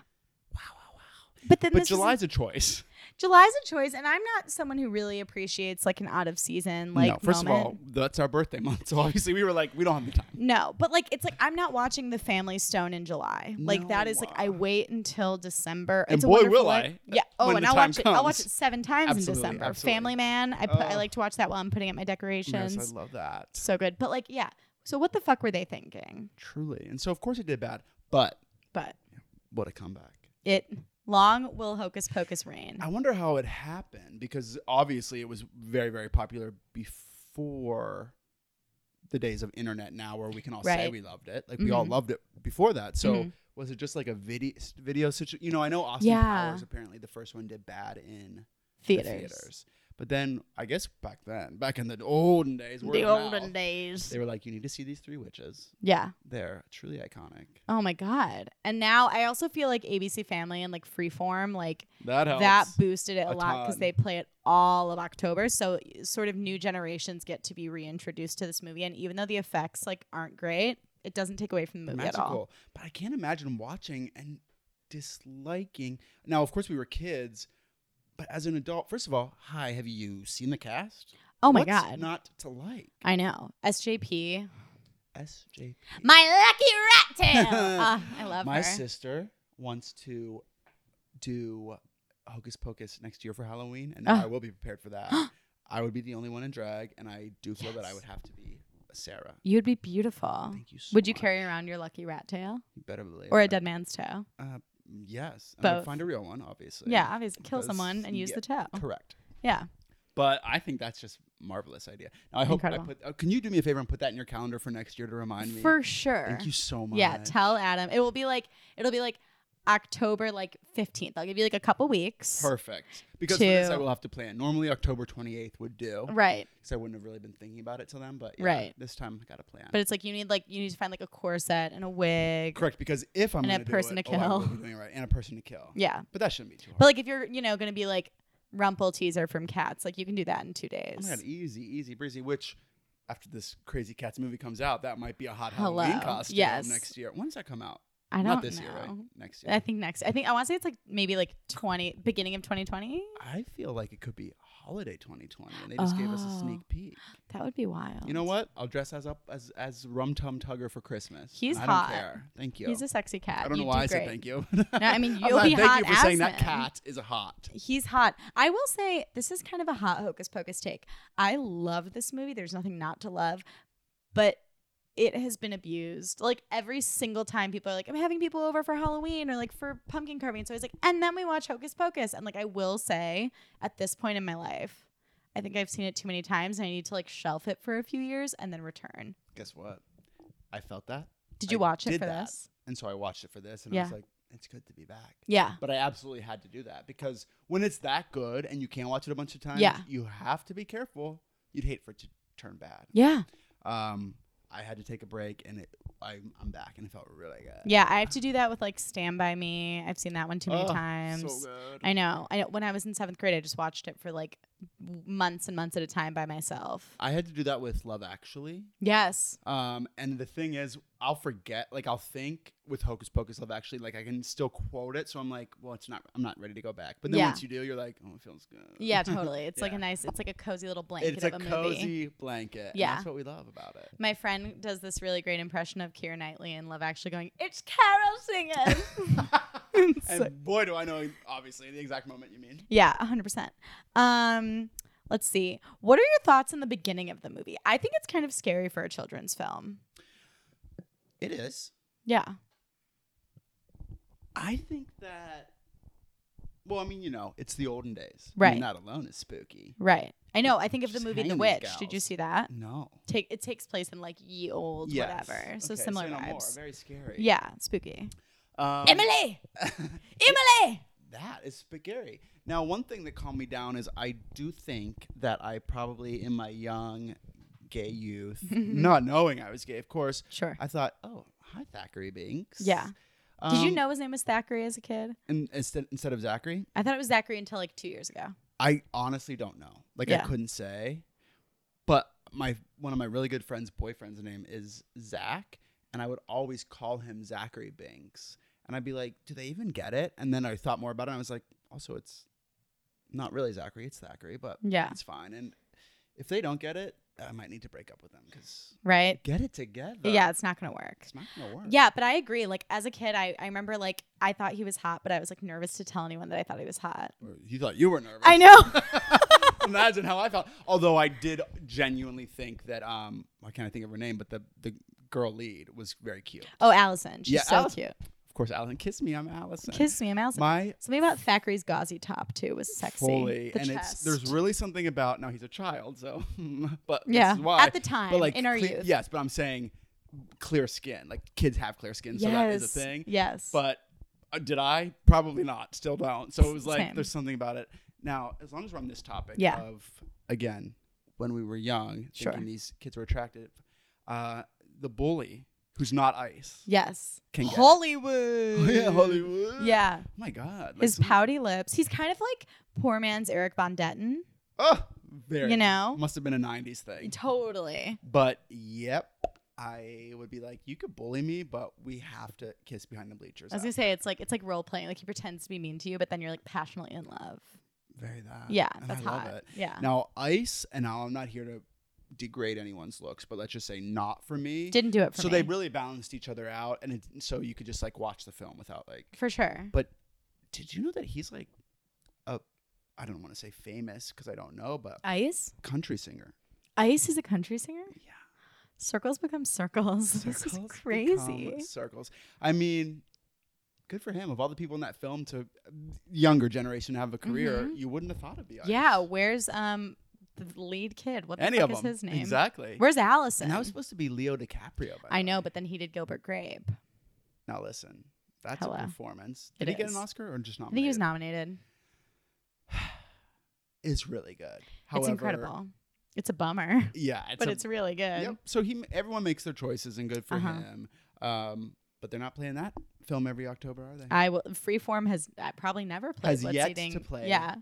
Speaker 2: wow, wow.
Speaker 1: But then
Speaker 2: But
Speaker 1: this is-
Speaker 2: July's a choice.
Speaker 1: July's a choice, and I'm not someone who really appreciates like an out of season like
Speaker 2: no, first
Speaker 1: moment.
Speaker 2: of all, that's our birthday month. So obviously we were like, we don't have the time.
Speaker 1: No, but like it's like I'm not watching The Family Stone in July. Like that
Speaker 2: No,
Speaker 1: is like
Speaker 2: uh,
Speaker 1: I wait until December.
Speaker 2: and
Speaker 1: It's a
Speaker 2: boy,
Speaker 1: Wonderful
Speaker 2: will
Speaker 1: Life.
Speaker 2: I, uh,
Speaker 1: Yeah. Oh,
Speaker 2: when
Speaker 1: and
Speaker 2: the
Speaker 1: I'll
Speaker 2: time
Speaker 1: watch it. I'll watch
Speaker 2: comes.
Speaker 1: it seven times
Speaker 2: Absolutely,
Speaker 1: in December.
Speaker 2: absolutely.
Speaker 1: Family Man. I put, I
Speaker 2: Oh.
Speaker 1: like to watch that while I'm putting up my decorations.
Speaker 2: Yes, I love that.
Speaker 1: so good. But like yeah. So what the fuck were they thinking?
Speaker 2: Truly. And so of course it did bad, but
Speaker 1: But
Speaker 2: what a comeback.
Speaker 1: it long will hocus pocus reign.
Speaker 2: I wonder how it happened because obviously it was very, very popular before the days of internet now where we can all say
Speaker 1: Right.
Speaker 2: we loved it. Like we all
Speaker 1: Mhm.
Speaker 2: loved it before that. So
Speaker 1: Mhm.
Speaker 2: was it just like a video video situation? You know, I know Austin
Speaker 1: Yeah.
Speaker 2: Powers apparently the first one did bad in the
Speaker 1: Theaters.
Speaker 2: theaters. But then I guess back then, back in the olden days, word
Speaker 1: The
Speaker 2: of
Speaker 1: olden
Speaker 2: mouth,
Speaker 1: days.
Speaker 2: they were like, you need to see these three witches.
Speaker 1: Yeah.
Speaker 2: They're truly iconic.
Speaker 1: Oh my god. And now I also feel like ABC Family and like Freeform like
Speaker 2: That helps.
Speaker 1: that boosted it a,
Speaker 2: a
Speaker 1: lot because
Speaker 2: ton.
Speaker 1: they play it all of October. So sort of new generations get to be reintroduced to this movie, and even though the effects like aren't great, it doesn't take away from the movie
Speaker 2: magical.
Speaker 1: at all.
Speaker 2: But I can't imagine watching and disliking. Now, of course, we were kids, but as an adult, first of all, hi, have you seen the cast?
Speaker 1: Oh my
Speaker 2: What's
Speaker 1: god,
Speaker 2: not to like
Speaker 1: I know SJP,
Speaker 2: SJP.
Speaker 1: my lucky rat tail. Ah, I love
Speaker 2: My
Speaker 1: her.
Speaker 2: sister wants to do Hocus Pocus next year for Halloween, and now
Speaker 1: Oh.
Speaker 2: I will be prepared for that. I would be the only one in drag, and I do feel that I
Speaker 1: Yes.
Speaker 2: would have to be Sarah.
Speaker 1: You'd be beautiful.
Speaker 2: Thank you so
Speaker 1: Would you
Speaker 2: much.
Speaker 1: carry around your lucky rat tail
Speaker 2: You better believe
Speaker 1: or a
Speaker 2: it.
Speaker 1: dead man's toe?
Speaker 2: Yes, and I would
Speaker 1: Both.
Speaker 2: find a real one, obviously.
Speaker 1: Yeah, obviously, kill
Speaker 2: Because-
Speaker 1: someone and use
Speaker 2: yeah,
Speaker 1: the toe.
Speaker 2: Correct.
Speaker 1: Yeah,
Speaker 2: But I think that's just marvelous idea. Now, I hope
Speaker 1: Incredible.
Speaker 2: I put. Uh, can you do me a favor and put that in your calendar for next year to remind me?
Speaker 1: for sure.
Speaker 2: Thank you so much.
Speaker 1: Yeah, tell Adam. It will be like it'll be like October like 15th. I'll give you like a couple weeks.
Speaker 2: Perfect. Because for this, I
Speaker 1: to-
Speaker 2: will have to plan. Normally, October twenty eighth would do
Speaker 1: Right.
Speaker 2: because I wouldn't have really been thinking about it till then. But yeah,
Speaker 1: Mm. Right.
Speaker 2: this time I got to plan.
Speaker 1: But it's like you need like you need to find like a corset and a wig.
Speaker 2: correct because if I'm
Speaker 1: And a
Speaker 2: gonna do
Speaker 1: person
Speaker 2: it,
Speaker 1: to
Speaker 2: oh, I will
Speaker 1: kill.
Speaker 2: be doing it right and a person to kill.
Speaker 1: Yeah.
Speaker 2: But that shouldn't be too hard.
Speaker 1: But like if you're, you know, gonna be like rumple teaser from cats, like you can do that in two days.
Speaker 2: Oh my god, easy, easy breezy. Which, after this crazy cats movie comes out, that might be a hot
Speaker 1: Hello.
Speaker 2: Halloween costume
Speaker 1: Yes.
Speaker 2: next year. When does that come out?
Speaker 1: I don't
Speaker 2: Not this
Speaker 1: know.
Speaker 2: year, right? Next year.
Speaker 1: I think next. I think I want to say it's like maybe like twenty beginning of twenty twenty.
Speaker 2: I feel like it could be holiday 2020, and they just gave us a
Speaker 1: Oh.
Speaker 2: sneak peek.
Speaker 1: That would be wild.
Speaker 2: You know what? I'll dress as up as as Rum Tum Tugger for Christmas.
Speaker 1: He's
Speaker 2: I
Speaker 1: hot.
Speaker 2: don't care. Thank you.
Speaker 1: He's a sexy cat.
Speaker 2: I don't know
Speaker 1: You do
Speaker 2: why I said
Speaker 1: great.
Speaker 2: thank you.
Speaker 1: No, I mean,
Speaker 2: I'm
Speaker 1: you'll
Speaker 2: not-
Speaker 1: be
Speaker 2: thank
Speaker 1: hot
Speaker 2: you for saying that
Speaker 1: asses.
Speaker 2: cat is hot.
Speaker 1: He's hot. I will say this is kind of a hot hocus pocus take. I love this movie. There's nothing not to love, but it has been abused. Like every single time people are like, I'm having people over for Halloween or like for pumpkin carving. So I was like, and then we watch Hocus Pocus. And like I will say at this point in my life, I think I've seen it too many times and I need to like shelf it for a few years and then return.
Speaker 2: Guess what? I felt that,
Speaker 1: Did you
Speaker 2: I
Speaker 1: watch it
Speaker 2: did
Speaker 1: for
Speaker 2: that.
Speaker 1: this?
Speaker 2: and so I watched it for this, and I was
Speaker 1: Yeah.
Speaker 2: like, it's good to be back.
Speaker 1: Yeah.
Speaker 2: But I absolutely had to do that because when it's that good and you can't watch it a bunch of times,
Speaker 1: Yeah.
Speaker 2: you have to be careful. You'd hate for it to turn bad.
Speaker 1: Yeah.
Speaker 2: Um, I had to take a break, and it, I'm, I'm back, and it felt really good.
Speaker 1: Yeah. I have to do that with like Stand By Me. I've seen that one too many
Speaker 2: Oh,
Speaker 1: times.
Speaker 2: So good.
Speaker 1: I know. I know. When I was in seventh grade, I just watched it for like months and months at a time by myself.
Speaker 2: I had to do that with Love Actually.
Speaker 1: Yes.
Speaker 2: Um, and the thing is, I'll forget. Like I'll think with Hocus Pocus Love Actually. Like I can still quote it, so I'm like, well, it's not. I'm not ready to go back. But then
Speaker 1: Yeah.
Speaker 2: once you do, you're like, oh, it feels good.
Speaker 1: Yeah, totally. It's like a
Speaker 2: Yeah.
Speaker 1: nice, it's like a cozy little blanket
Speaker 2: it's
Speaker 1: of
Speaker 2: a,
Speaker 1: a,
Speaker 2: cozy
Speaker 1: movie.
Speaker 2: blanket. and
Speaker 1: Yeah.
Speaker 2: that's what we love about it.
Speaker 1: My friend does this really great impression of Keira Knightley in Love Actually going, It's Carol singing. It's
Speaker 2: and
Speaker 1: like-
Speaker 2: boy, do I know obviously the exact moment you mean.
Speaker 1: yeah, 100%. Um, let's see. What are your thoughts on the beginning of the movie? I think it's kind of scary for a children's film.
Speaker 2: It is.
Speaker 1: Yeah.
Speaker 2: I think that. Well, I mean, you know, it's the olden days. I
Speaker 1: Right.
Speaker 2: mean, that alone is spooky.
Speaker 1: Right. I know. I think of the
Speaker 2: Just
Speaker 1: movie The
Speaker 2: hanging
Speaker 1: Witch.
Speaker 2: these
Speaker 1: Did you
Speaker 2: gals.
Speaker 1: see that?
Speaker 2: No.
Speaker 1: Take it takes place in like ye old
Speaker 2: Yes.
Speaker 1: whatever. So
Speaker 2: Okay,
Speaker 1: similar
Speaker 2: no more.
Speaker 1: vibes.
Speaker 2: Very scary.
Speaker 1: Yeah, spooky.
Speaker 2: Um,
Speaker 1: Emily, Emily.
Speaker 2: That is scary. Now, one thing that calmed me down is I do think that I probably, in my young gay youth,
Speaker 1: Mm-hmm.
Speaker 2: not knowing I was gay, of course,
Speaker 1: Sure.
Speaker 2: I thought, oh, hi, Thackeray Binks.
Speaker 1: Yeah. Did you
Speaker 2: Um,
Speaker 1: know his name was Thackeray as a kid?
Speaker 2: in- instead, instead of Zachary?
Speaker 1: I thought it was Zachary until like two years ago.
Speaker 2: I honestly don't know. Like,
Speaker 1: Yeah.
Speaker 2: I couldn't say. But my one of my really good friends' boyfriend's name is Zach, and I would always call him Zachary Binks. And I'd be like, do they even get it? And then I thought more about it, and I was like, also, it's not really Zachary, it's Thackeray, but
Speaker 1: Yeah.
Speaker 2: it's fine. And if they don't get it, I might need to break up with them because
Speaker 1: Right.
Speaker 2: get it together.
Speaker 1: Yeah, it's not gonna work.
Speaker 2: It's not going to work.
Speaker 1: Yeah, but I agree. Like as a kid, I, I remember like I thought he was hot, but I was like nervous to tell anyone that I thought he was hot.
Speaker 2: Or You thought you were nervous.
Speaker 1: I know.
Speaker 2: Imagine how I felt. Although I did genuinely think that um, why can't I think of her name? But the the girl lead was very cute.
Speaker 1: Oh, Allison, she's
Speaker 2: Yeah,
Speaker 1: so
Speaker 2: Allison.
Speaker 1: cute.
Speaker 2: Of course, Alan, kiss me. I'm Allison.
Speaker 1: Kiss me, I'm Allison.
Speaker 2: my
Speaker 1: Something about Thackeray's gauzy top too was sexy.
Speaker 2: fully,
Speaker 1: The
Speaker 2: and it's
Speaker 1: chest.
Speaker 2: there's really something about now he's a child, so but this
Speaker 1: yeah
Speaker 2: is why.
Speaker 1: at the time
Speaker 2: but like
Speaker 1: in our
Speaker 2: cle-
Speaker 1: youth.
Speaker 2: yes. But I'm saying clear skin. Like kids have clear skin, so that is a thing.
Speaker 1: Yes.
Speaker 2: But uh, did I? Probably not. Still don't. So it was like
Speaker 1: Same.
Speaker 2: there's something about it. Now, as long as we're on this topic
Speaker 1: Yeah.
Speaker 2: of again, when we were young,
Speaker 1: Sure.
Speaker 2: thinking these kids were attractive, uh, the bully who's not ice
Speaker 1: yes.
Speaker 2: can get. it.
Speaker 1: Hollywood.
Speaker 2: yeah, Hollywood.
Speaker 1: Yeah.
Speaker 2: Oh my God. like
Speaker 1: His
Speaker 2: some-
Speaker 1: pouty lips. He's kind of like poor man's Eric Von Detten.
Speaker 2: Oh, very.
Speaker 1: You know?
Speaker 2: Must have been a '90s thing.
Speaker 1: Totally.
Speaker 2: But yep, I would be like, you could bully me, but we have to kiss behind the bleachers.
Speaker 1: I was gonna
Speaker 2: after."
Speaker 1: say it's like it's like role playing. Like he pretends to be mean to you, but then you're like passionately in love.
Speaker 2: very that.
Speaker 1: Yeah,
Speaker 2: and
Speaker 1: that's
Speaker 2: Uh, I love
Speaker 1: hot.
Speaker 2: it.
Speaker 1: Yeah.
Speaker 2: Now, ice, and now I'm not here to degrade anyone's looks, but let's just say not for me.
Speaker 1: Didn't do it for
Speaker 2: so
Speaker 1: me.
Speaker 2: they really balanced each other out, and it, so you could just like watch the film without like.
Speaker 1: for sure.
Speaker 2: But did you know that he's like a, I don't want to say famous because I don't know, but
Speaker 1: Ice.
Speaker 2: country singer.
Speaker 1: Ice is a country singer.
Speaker 2: Yeah.
Speaker 1: Circles become circles. this is
Speaker 2: Circles
Speaker 1: crazy.
Speaker 2: become Circles. I mean, good for him. Of all the people in that film to younger generation to have a career,
Speaker 1: Mhm.
Speaker 2: you wouldn't have thought of the Ice.
Speaker 1: Yeah. Where's um the lead kid? What the
Speaker 2: Any
Speaker 1: fuck
Speaker 2: of
Speaker 1: is
Speaker 2: them.
Speaker 1: his name?
Speaker 2: Exactly.
Speaker 1: Where's Allison?
Speaker 2: and that was supposed to be Leo DiCaprio. By
Speaker 1: I
Speaker 2: the
Speaker 1: know,
Speaker 2: way.
Speaker 1: but then he did Gilbert Grape.
Speaker 2: Now listen, that's
Speaker 1: Hello.
Speaker 2: a performance.
Speaker 1: It
Speaker 2: Did he get
Speaker 1: is.
Speaker 2: an Oscar or just
Speaker 1: I
Speaker 2: not?
Speaker 1: think he was nominated.
Speaker 2: It's really good. However,
Speaker 1: it's incredible. It's a bummer,
Speaker 2: Yeah, it's
Speaker 1: but
Speaker 2: a-
Speaker 1: it's really good.
Speaker 2: yep. So he, everyone makes their choices, and good for
Speaker 1: Uh-huh.
Speaker 2: him. Um, but they're not playing that film every October, are they?
Speaker 1: I will. Freeform has uh, probably never played.
Speaker 2: Has
Speaker 1: What's
Speaker 2: yet
Speaker 1: Eating-
Speaker 2: to play.
Speaker 1: Yeah,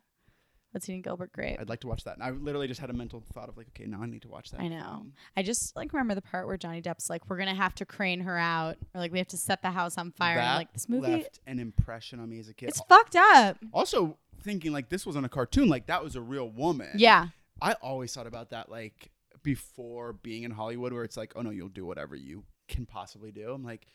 Speaker 1: What's eating Gilbert Grape?
Speaker 2: I'd like to watch that. And I literally just had a mental thought of like, okay, now I need to watch that.
Speaker 1: I know.
Speaker 2: film.
Speaker 1: I just like remember the part where Johnny Depp's like, "We're gonna have to crane her out," or like, "We have to set the house on fire." And I'm
Speaker 2: That
Speaker 1: like this movie,
Speaker 2: left an impression on me as a kid.
Speaker 1: it's fucked up.
Speaker 2: also, thinking like this wasn't a cartoon, like that was a real woman.
Speaker 1: Yeah,
Speaker 2: I always thought about that like before being in Hollywood, where it's like, oh no, you'll do whatever you can possibly do. I'm like,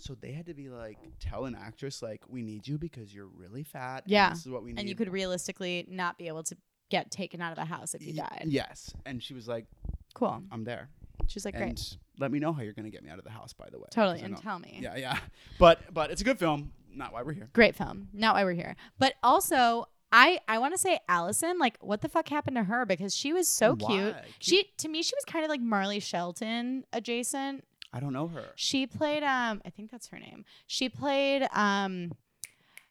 Speaker 2: so they had to be like tell an actress like, we need you because you're really fat. and
Speaker 1: Yeah.
Speaker 2: this is what we need.
Speaker 1: and you could realistically not be able to get taken out of the house if you
Speaker 2: Y-
Speaker 1: died.
Speaker 2: Yes, and she was like,
Speaker 1: Cool.
Speaker 2: I'm there,
Speaker 1: She's like, "Great,
Speaker 2: um, and let me know how you're gonna get me out of the house. By the way,
Speaker 1: totally,"
Speaker 2: 'cause I
Speaker 1: and
Speaker 2: know-
Speaker 1: tell me.
Speaker 2: Yeah, yeah, but but it's a good film. Not why we're here.
Speaker 1: Great film. Not why we're here. But also, I I want to say Allison, like what the fuck happened to her because she was so cute.
Speaker 2: Why?
Speaker 1: She to me she was kind of like Marley Shelton adjacent.
Speaker 2: I don't know her.
Speaker 1: She played um I think that's her name. She played um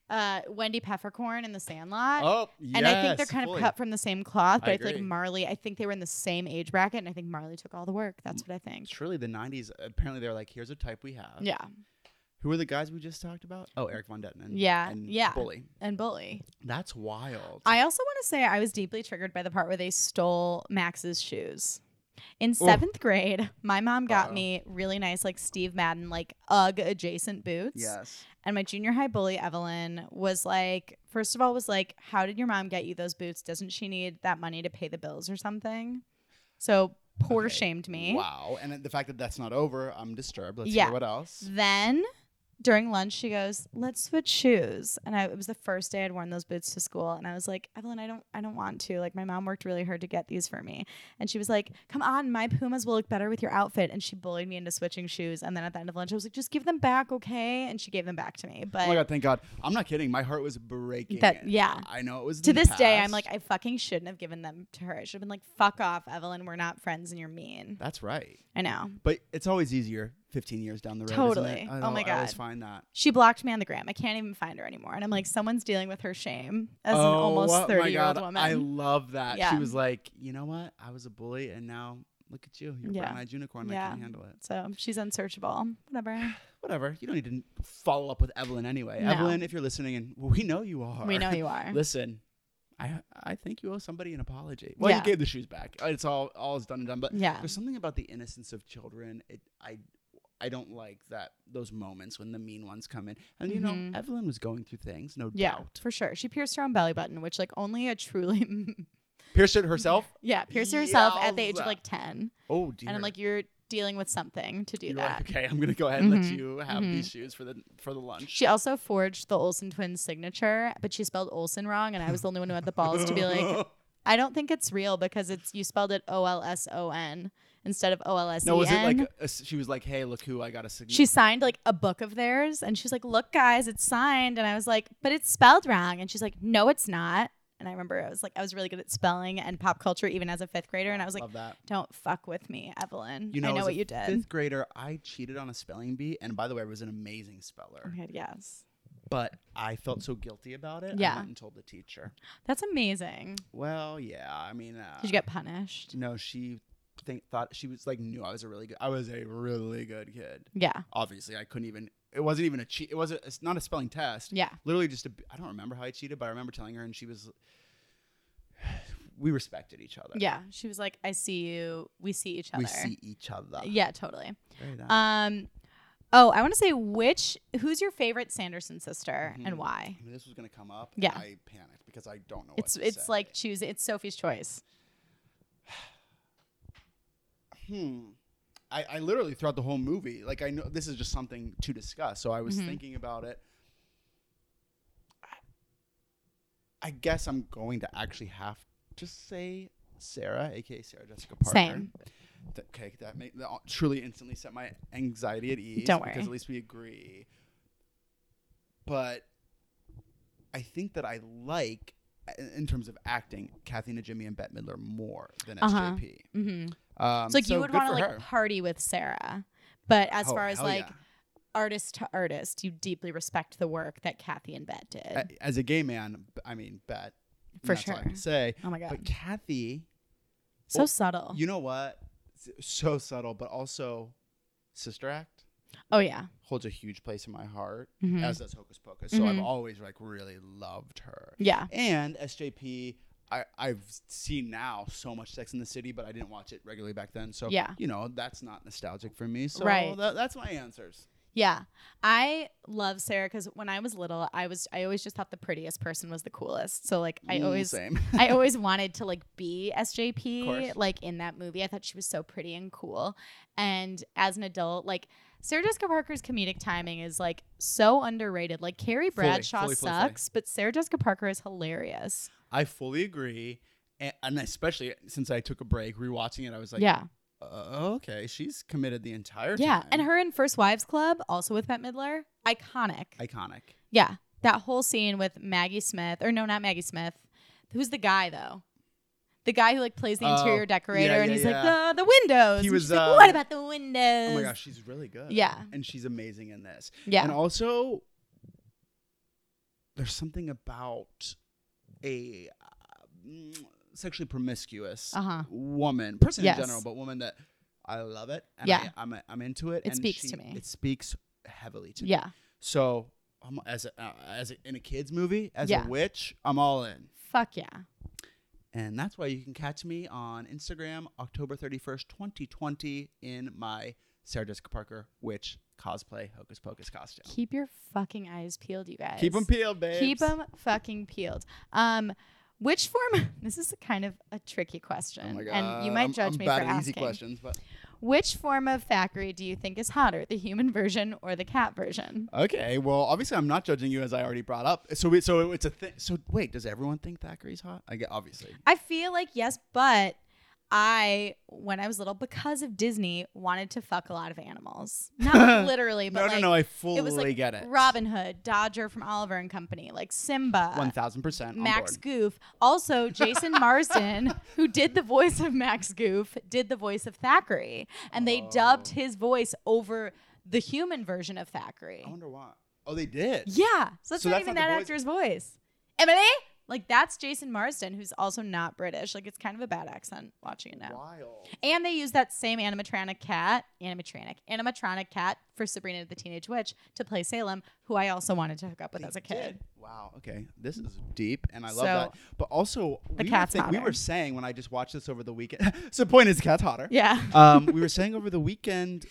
Speaker 1: uh Wendy Peppercorn in The Sandlot.
Speaker 2: Oh,
Speaker 1: And I think they're
Speaker 2: yes,
Speaker 1: kind
Speaker 2: fully.
Speaker 1: of cut from the same cloth, but
Speaker 2: I
Speaker 1: I, feel like
Speaker 2: agree.
Speaker 1: Marley, I think they were in the same age bracket, and I think Marley took all the work. That's what I think.
Speaker 2: Surely the '90s. Apparently, they're like, here's a type we have.
Speaker 1: Yeah.
Speaker 2: Who are the guys we just talked about? Oh, Eric Von Detten. And,
Speaker 1: Yeah,
Speaker 2: And
Speaker 1: yeah.
Speaker 2: Bully.
Speaker 1: And Bully.
Speaker 2: That's wild.
Speaker 1: I also want to say I was deeply triggered by the part where they stole Max's shoes. In seventh grade, my mom got
Speaker 2: Uh-oh.
Speaker 1: me really nice, like Steve Madden, like UGG adjacent boots.
Speaker 2: yes.
Speaker 1: And my junior high bully, Evelyn, was like, first of all, was like, how did your mom get you those boots? Doesn't she need that money to pay the bills or something? So poor
Speaker 2: Okay.
Speaker 1: shamed me.
Speaker 2: Wow. And the fact that that's not over, I'm disturbed. Let's
Speaker 1: Yeah.
Speaker 2: hear what else.
Speaker 1: Then during lunch, she goes, "Let's switch shoes." And I, it was the first day I'd worn those boots to school, and I was like, "Evelyn, I don't, I don't want to. Like, my mom worked really hard to get these for me." And she was like, "Come on, my Pumas will look better with your outfit." And she bullied me into switching shoes. And then at the end of lunch, I was like, "Just give them back, okay?" And she gave them back to me.
Speaker 2: Oh my
Speaker 1: But
Speaker 2: God, thank God. I'm not kidding. My heart was breaking.
Speaker 1: That-
Speaker 2: And
Speaker 1: yeah.
Speaker 2: I know it was.
Speaker 1: to
Speaker 2: the
Speaker 1: this day, I'm
Speaker 2: past.
Speaker 1: like, I fucking shouldn't have given them to her. I should have been like, "Fuck off, Evelyn. We're not friends, and you're mean."
Speaker 2: That's right.
Speaker 1: I know.
Speaker 2: But it's always easier 15 years down the road. Isn't
Speaker 1: Totally.
Speaker 2: it? I
Speaker 1: Oh my
Speaker 2: I
Speaker 1: God.
Speaker 2: always find that.
Speaker 1: She blocked me on the gram. I can't even find her anymore. And I'm like, someone's dealing with her shame as an
Speaker 2: Oh,
Speaker 1: almost
Speaker 2: my
Speaker 1: 30 year old
Speaker 2: God,
Speaker 1: woman.
Speaker 2: I love that.
Speaker 1: Yeah.
Speaker 2: She was like, you know what? I was a bully, and now look at you. You're a
Speaker 1: Yeah.
Speaker 2: brown-eyed unicorn.
Speaker 1: Yeah.
Speaker 2: I can't handle it.
Speaker 1: So she's unsearchable. Whatever.
Speaker 2: Whatever. You don't need to n- follow up with Evelyn anyway.
Speaker 1: No.
Speaker 2: Evelyn, if you're listening, and we know you are.
Speaker 1: We know you are.
Speaker 2: Listen, I I think you owe somebody an apology. Well,
Speaker 1: Yeah.
Speaker 2: you gave the shoes back. Uh, It's all all is done and done. But
Speaker 1: Yeah.
Speaker 2: there's something about the innocence of children. It I I don't like that those moments when the mean ones come in. And you
Speaker 1: Mhm.
Speaker 2: know, Evelyn was going through things, no
Speaker 1: Yeah,
Speaker 2: doubt.
Speaker 1: for sure. She pierced her own belly button, which like only a truly
Speaker 2: Pierced it herself.
Speaker 1: yeah pierced herself at the age of
Speaker 2: Yowza.
Speaker 1: like ten.
Speaker 2: Oh dear.
Speaker 1: And I'm like, you're dealing with something to do
Speaker 2: You're
Speaker 1: that.
Speaker 2: like, okay, I'm gonna go ahead and let
Speaker 1: Mhm.
Speaker 2: you have
Speaker 1: Mhm.
Speaker 2: these shoes for the for the lunch.
Speaker 1: She also forged the Olsen twins' signature, but she spelled Olsen wrong, and I was the only one who had the balls to be like, I don't think it's real because it's you spelled it O L S O N instead of O L S E N.
Speaker 2: no, was it like a- a s- she was like, hey, look who I got a signature.
Speaker 1: she signed like a book of theirs and she's like look guys it's signed and i was like but it's spelled wrong and she's like no it's not and i remember i was like i was really good at spelling and pop culture even as a fifth grader and i was like
Speaker 2: Love that.
Speaker 1: don't fuck with me evelyn
Speaker 2: You know,
Speaker 1: i know
Speaker 2: as
Speaker 1: what
Speaker 2: a
Speaker 1: you did
Speaker 2: Fifth grader, I cheated on a spelling bee, and by the way, I was an amazing speller.
Speaker 1: Okay, yes
Speaker 2: but I felt so guilty about it.
Speaker 1: Yeah.
Speaker 2: I went and told the teacher.
Speaker 1: that's amazing
Speaker 2: Well, yeah. I mean, uh,
Speaker 1: did you get punished
Speaker 2: No, she think, thought she was like knew I was a really good. I was a really good kid.
Speaker 1: yeah
Speaker 2: Obviously, I couldn't even. It wasn't even a cheat. It wasn't. It's not a spelling test.
Speaker 1: yeah
Speaker 2: Literally, just a. b- I don't remember how I cheated, but I remember telling her, and she was. We respected each other.
Speaker 1: yeah she was like i see you we see each other
Speaker 2: We see uh, each other.
Speaker 1: yeah totally
Speaker 2: Very nice.
Speaker 1: um oh i want to say which who's your favorite sanderson sister and
Speaker 2: Mhm.
Speaker 1: why
Speaker 2: I mean, this was gonna come up.
Speaker 1: yeah.
Speaker 2: And I panicked because Oh, I don't know. What
Speaker 1: it's
Speaker 2: to
Speaker 1: it's
Speaker 2: say.
Speaker 1: like choose it's sophie's choice
Speaker 2: hmm. I, I literally throughout the whole movie, like I know this is just something to discuss. So I was
Speaker 1: Mhm.
Speaker 2: thinking about it. I guess I'm going to actually have to say Sarah, aka Sarah Jessica Parker.
Speaker 1: Same.
Speaker 2: Th- okay, that, make, that truly instantly set my anxiety at ease.
Speaker 1: Don't worry.
Speaker 2: because at least we agree. But I think that I like, i- in terms of acting, Kathy Najimy and Bette Midler more than
Speaker 1: Uh-huh.
Speaker 2: SJP.
Speaker 1: Mm-hmm.
Speaker 2: Um,
Speaker 1: so like you would
Speaker 2: good
Speaker 1: want to
Speaker 2: for
Speaker 1: like
Speaker 2: her.
Speaker 1: party with Sarah, but as
Speaker 2: Oh,
Speaker 1: far as
Speaker 2: hell
Speaker 1: like
Speaker 2: yeah.
Speaker 1: artist to artist, you deeply respect the work that Kathy and Bet did.
Speaker 2: A- as a gay man, b- I mean, bet
Speaker 1: uh, For
Speaker 2: that's all I
Speaker 1: sure.
Speaker 2: can say.
Speaker 1: oh my god,
Speaker 2: But Kathy,
Speaker 1: so
Speaker 2: oh,
Speaker 1: subtle.
Speaker 2: you know what? S- So subtle, but also sister act
Speaker 1: oh yeah,
Speaker 2: holds a huge place in my heart,
Speaker 1: Mhm.
Speaker 2: as does Hocus Pocus. So I've
Speaker 1: Mhm.
Speaker 2: always like really loved her.
Speaker 1: yeah,
Speaker 2: And SJP, I, I've seen now so much Sex in the City, but I didn't watch it regularly back then. So
Speaker 1: Yeah.
Speaker 2: you know that's not nostalgic for me. So
Speaker 1: Right.
Speaker 2: tha- that's my answers.
Speaker 1: Yeah. I love Sarah because when I was little, I was I always just thought the prettiest person was the coolest. So like I
Speaker 2: Mm,
Speaker 1: always
Speaker 2: same.
Speaker 1: I always wanted to like be
Speaker 2: course.
Speaker 1: SJP like in that movie. I thought she was so pretty and cool. And as an adult, like Sarah Jessica Parker's comedic timing is like so underrated. Like Carrie
Speaker 2: Fully,
Speaker 1: Bradshaw
Speaker 2: fully, fully, fully.
Speaker 1: sucks, but Sarah Jessica Parker is hilarious.
Speaker 2: I fully agree, and, and especially since I took a break rewatching it, I was like,
Speaker 1: yeah.
Speaker 2: "Oh, okay, she's committed the entire
Speaker 1: Yeah.
Speaker 2: time.
Speaker 1: And her in First Wives Club, also with Bette Midler, iconic.
Speaker 2: iconic.
Speaker 1: yeah. That whole scene with Maggie Smith, or no, not Maggie Smith. Who's the guy though? The guy who like plays the
Speaker 2: Oh,
Speaker 1: interior decorator,
Speaker 2: yeah,
Speaker 1: and
Speaker 2: yeah,
Speaker 1: he's
Speaker 2: yeah.
Speaker 1: like the the windows.
Speaker 2: He
Speaker 1: And
Speaker 2: was,
Speaker 1: she's like,
Speaker 2: uh,
Speaker 1: what about the windows?
Speaker 2: Oh my gosh, she's really good.
Speaker 1: Yeah.
Speaker 2: and she's amazing in this.
Speaker 1: Yeah.
Speaker 2: And also, there's something about a uh, mm, sexually promiscuous
Speaker 1: Uh-huh.
Speaker 2: woman, person
Speaker 1: Yes.
Speaker 2: in general, but woman that I love it. And
Speaker 1: Yeah.
Speaker 2: I, I'm, I'm into it.
Speaker 1: It
Speaker 2: and
Speaker 1: speaks
Speaker 2: she-
Speaker 1: to me.
Speaker 2: It speaks heavily to me.
Speaker 1: Yeah.
Speaker 2: So, I'm, as, a, uh, as a, in a kid's movie, as
Speaker 1: Yeah.
Speaker 2: a witch, I'm all in.
Speaker 1: Fuck yeah.
Speaker 2: And that's why you can catch me on Instagram October 31st, 2020, in my Sarah Jessica Parker witch cosplay hocus pocus costume.
Speaker 1: Keep your fucking eyes peeled, you guys.
Speaker 2: Keep them peeled, babe.
Speaker 1: Keep 'em fucking peeled. Um, which form? This is kind of a tricky question, and you might
Speaker 2: Oh I'm-
Speaker 1: judge
Speaker 2: I'm
Speaker 1: me
Speaker 2: bad
Speaker 1: for
Speaker 2: at
Speaker 1: asking.
Speaker 2: easy questions, but
Speaker 1: Which form of Thackeray do you think is hotter, the human version or the cat version?
Speaker 2: okay. Well, obviously, I'm not judging you as I already brought up. So, we, so it's a thing. So, wait, does everyone think Thackeray's hot? I get obviously.
Speaker 1: I feel like yes, but I, when I was little, because of Disney, wanted to fuck a lot of animals. Not literally, but
Speaker 2: No,
Speaker 1: like,
Speaker 2: no, no. I fully
Speaker 1: it was like
Speaker 2: get it.
Speaker 1: Robin Hood, Dodger from Oliver and Company, like Simba.
Speaker 2: One thousand percent.
Speaker 1: Max Goof. Also, Jason Marsden, who did the voice of Max Goof, did the voice of Thackeray. And they dubbed
Speaker 2: Oh.
Speaker 1: his voice over the human version of Thackeray.
Speaker 2: I wonder why. Oh, they did.
Speaker 1: Yeah. So that's
Speaker 2: So
Speaker 1: not
Speaker 2: that's
Speaker 1: even
Speaker 2: not the
Speaker 1: that
Speaker 2: voice-
Speaker 1: actor's voice. Emily? Like, that's Jason Marsden, who's also not British. Like, it's kind of a bad accent watching it now.
Speaker 2: Wild.
Speaker 1: And they used that same animatronic cat, animatronic, animatronic cat for Sabrina the Teenage Witch to play Salem, who I also wanted to hook up with
Speaker 2: They
Speaker 1: as a kid.
Speaker 2: did. Wow. Okay. This is deep, and I love
Speaker 1: So-
Speaker 2: that. But also,
Speaker 1: The
Speaker 2: we, were
Speaker 1: cat's
Speaker 2: think- we
Speaker 1: hotter.
Speaker 2: were saying when I just watched this over the weekend. so, point is, the cat's hotter.
Speaker 1: Yeah.
Speaker 2: um, we were saying over the weekend,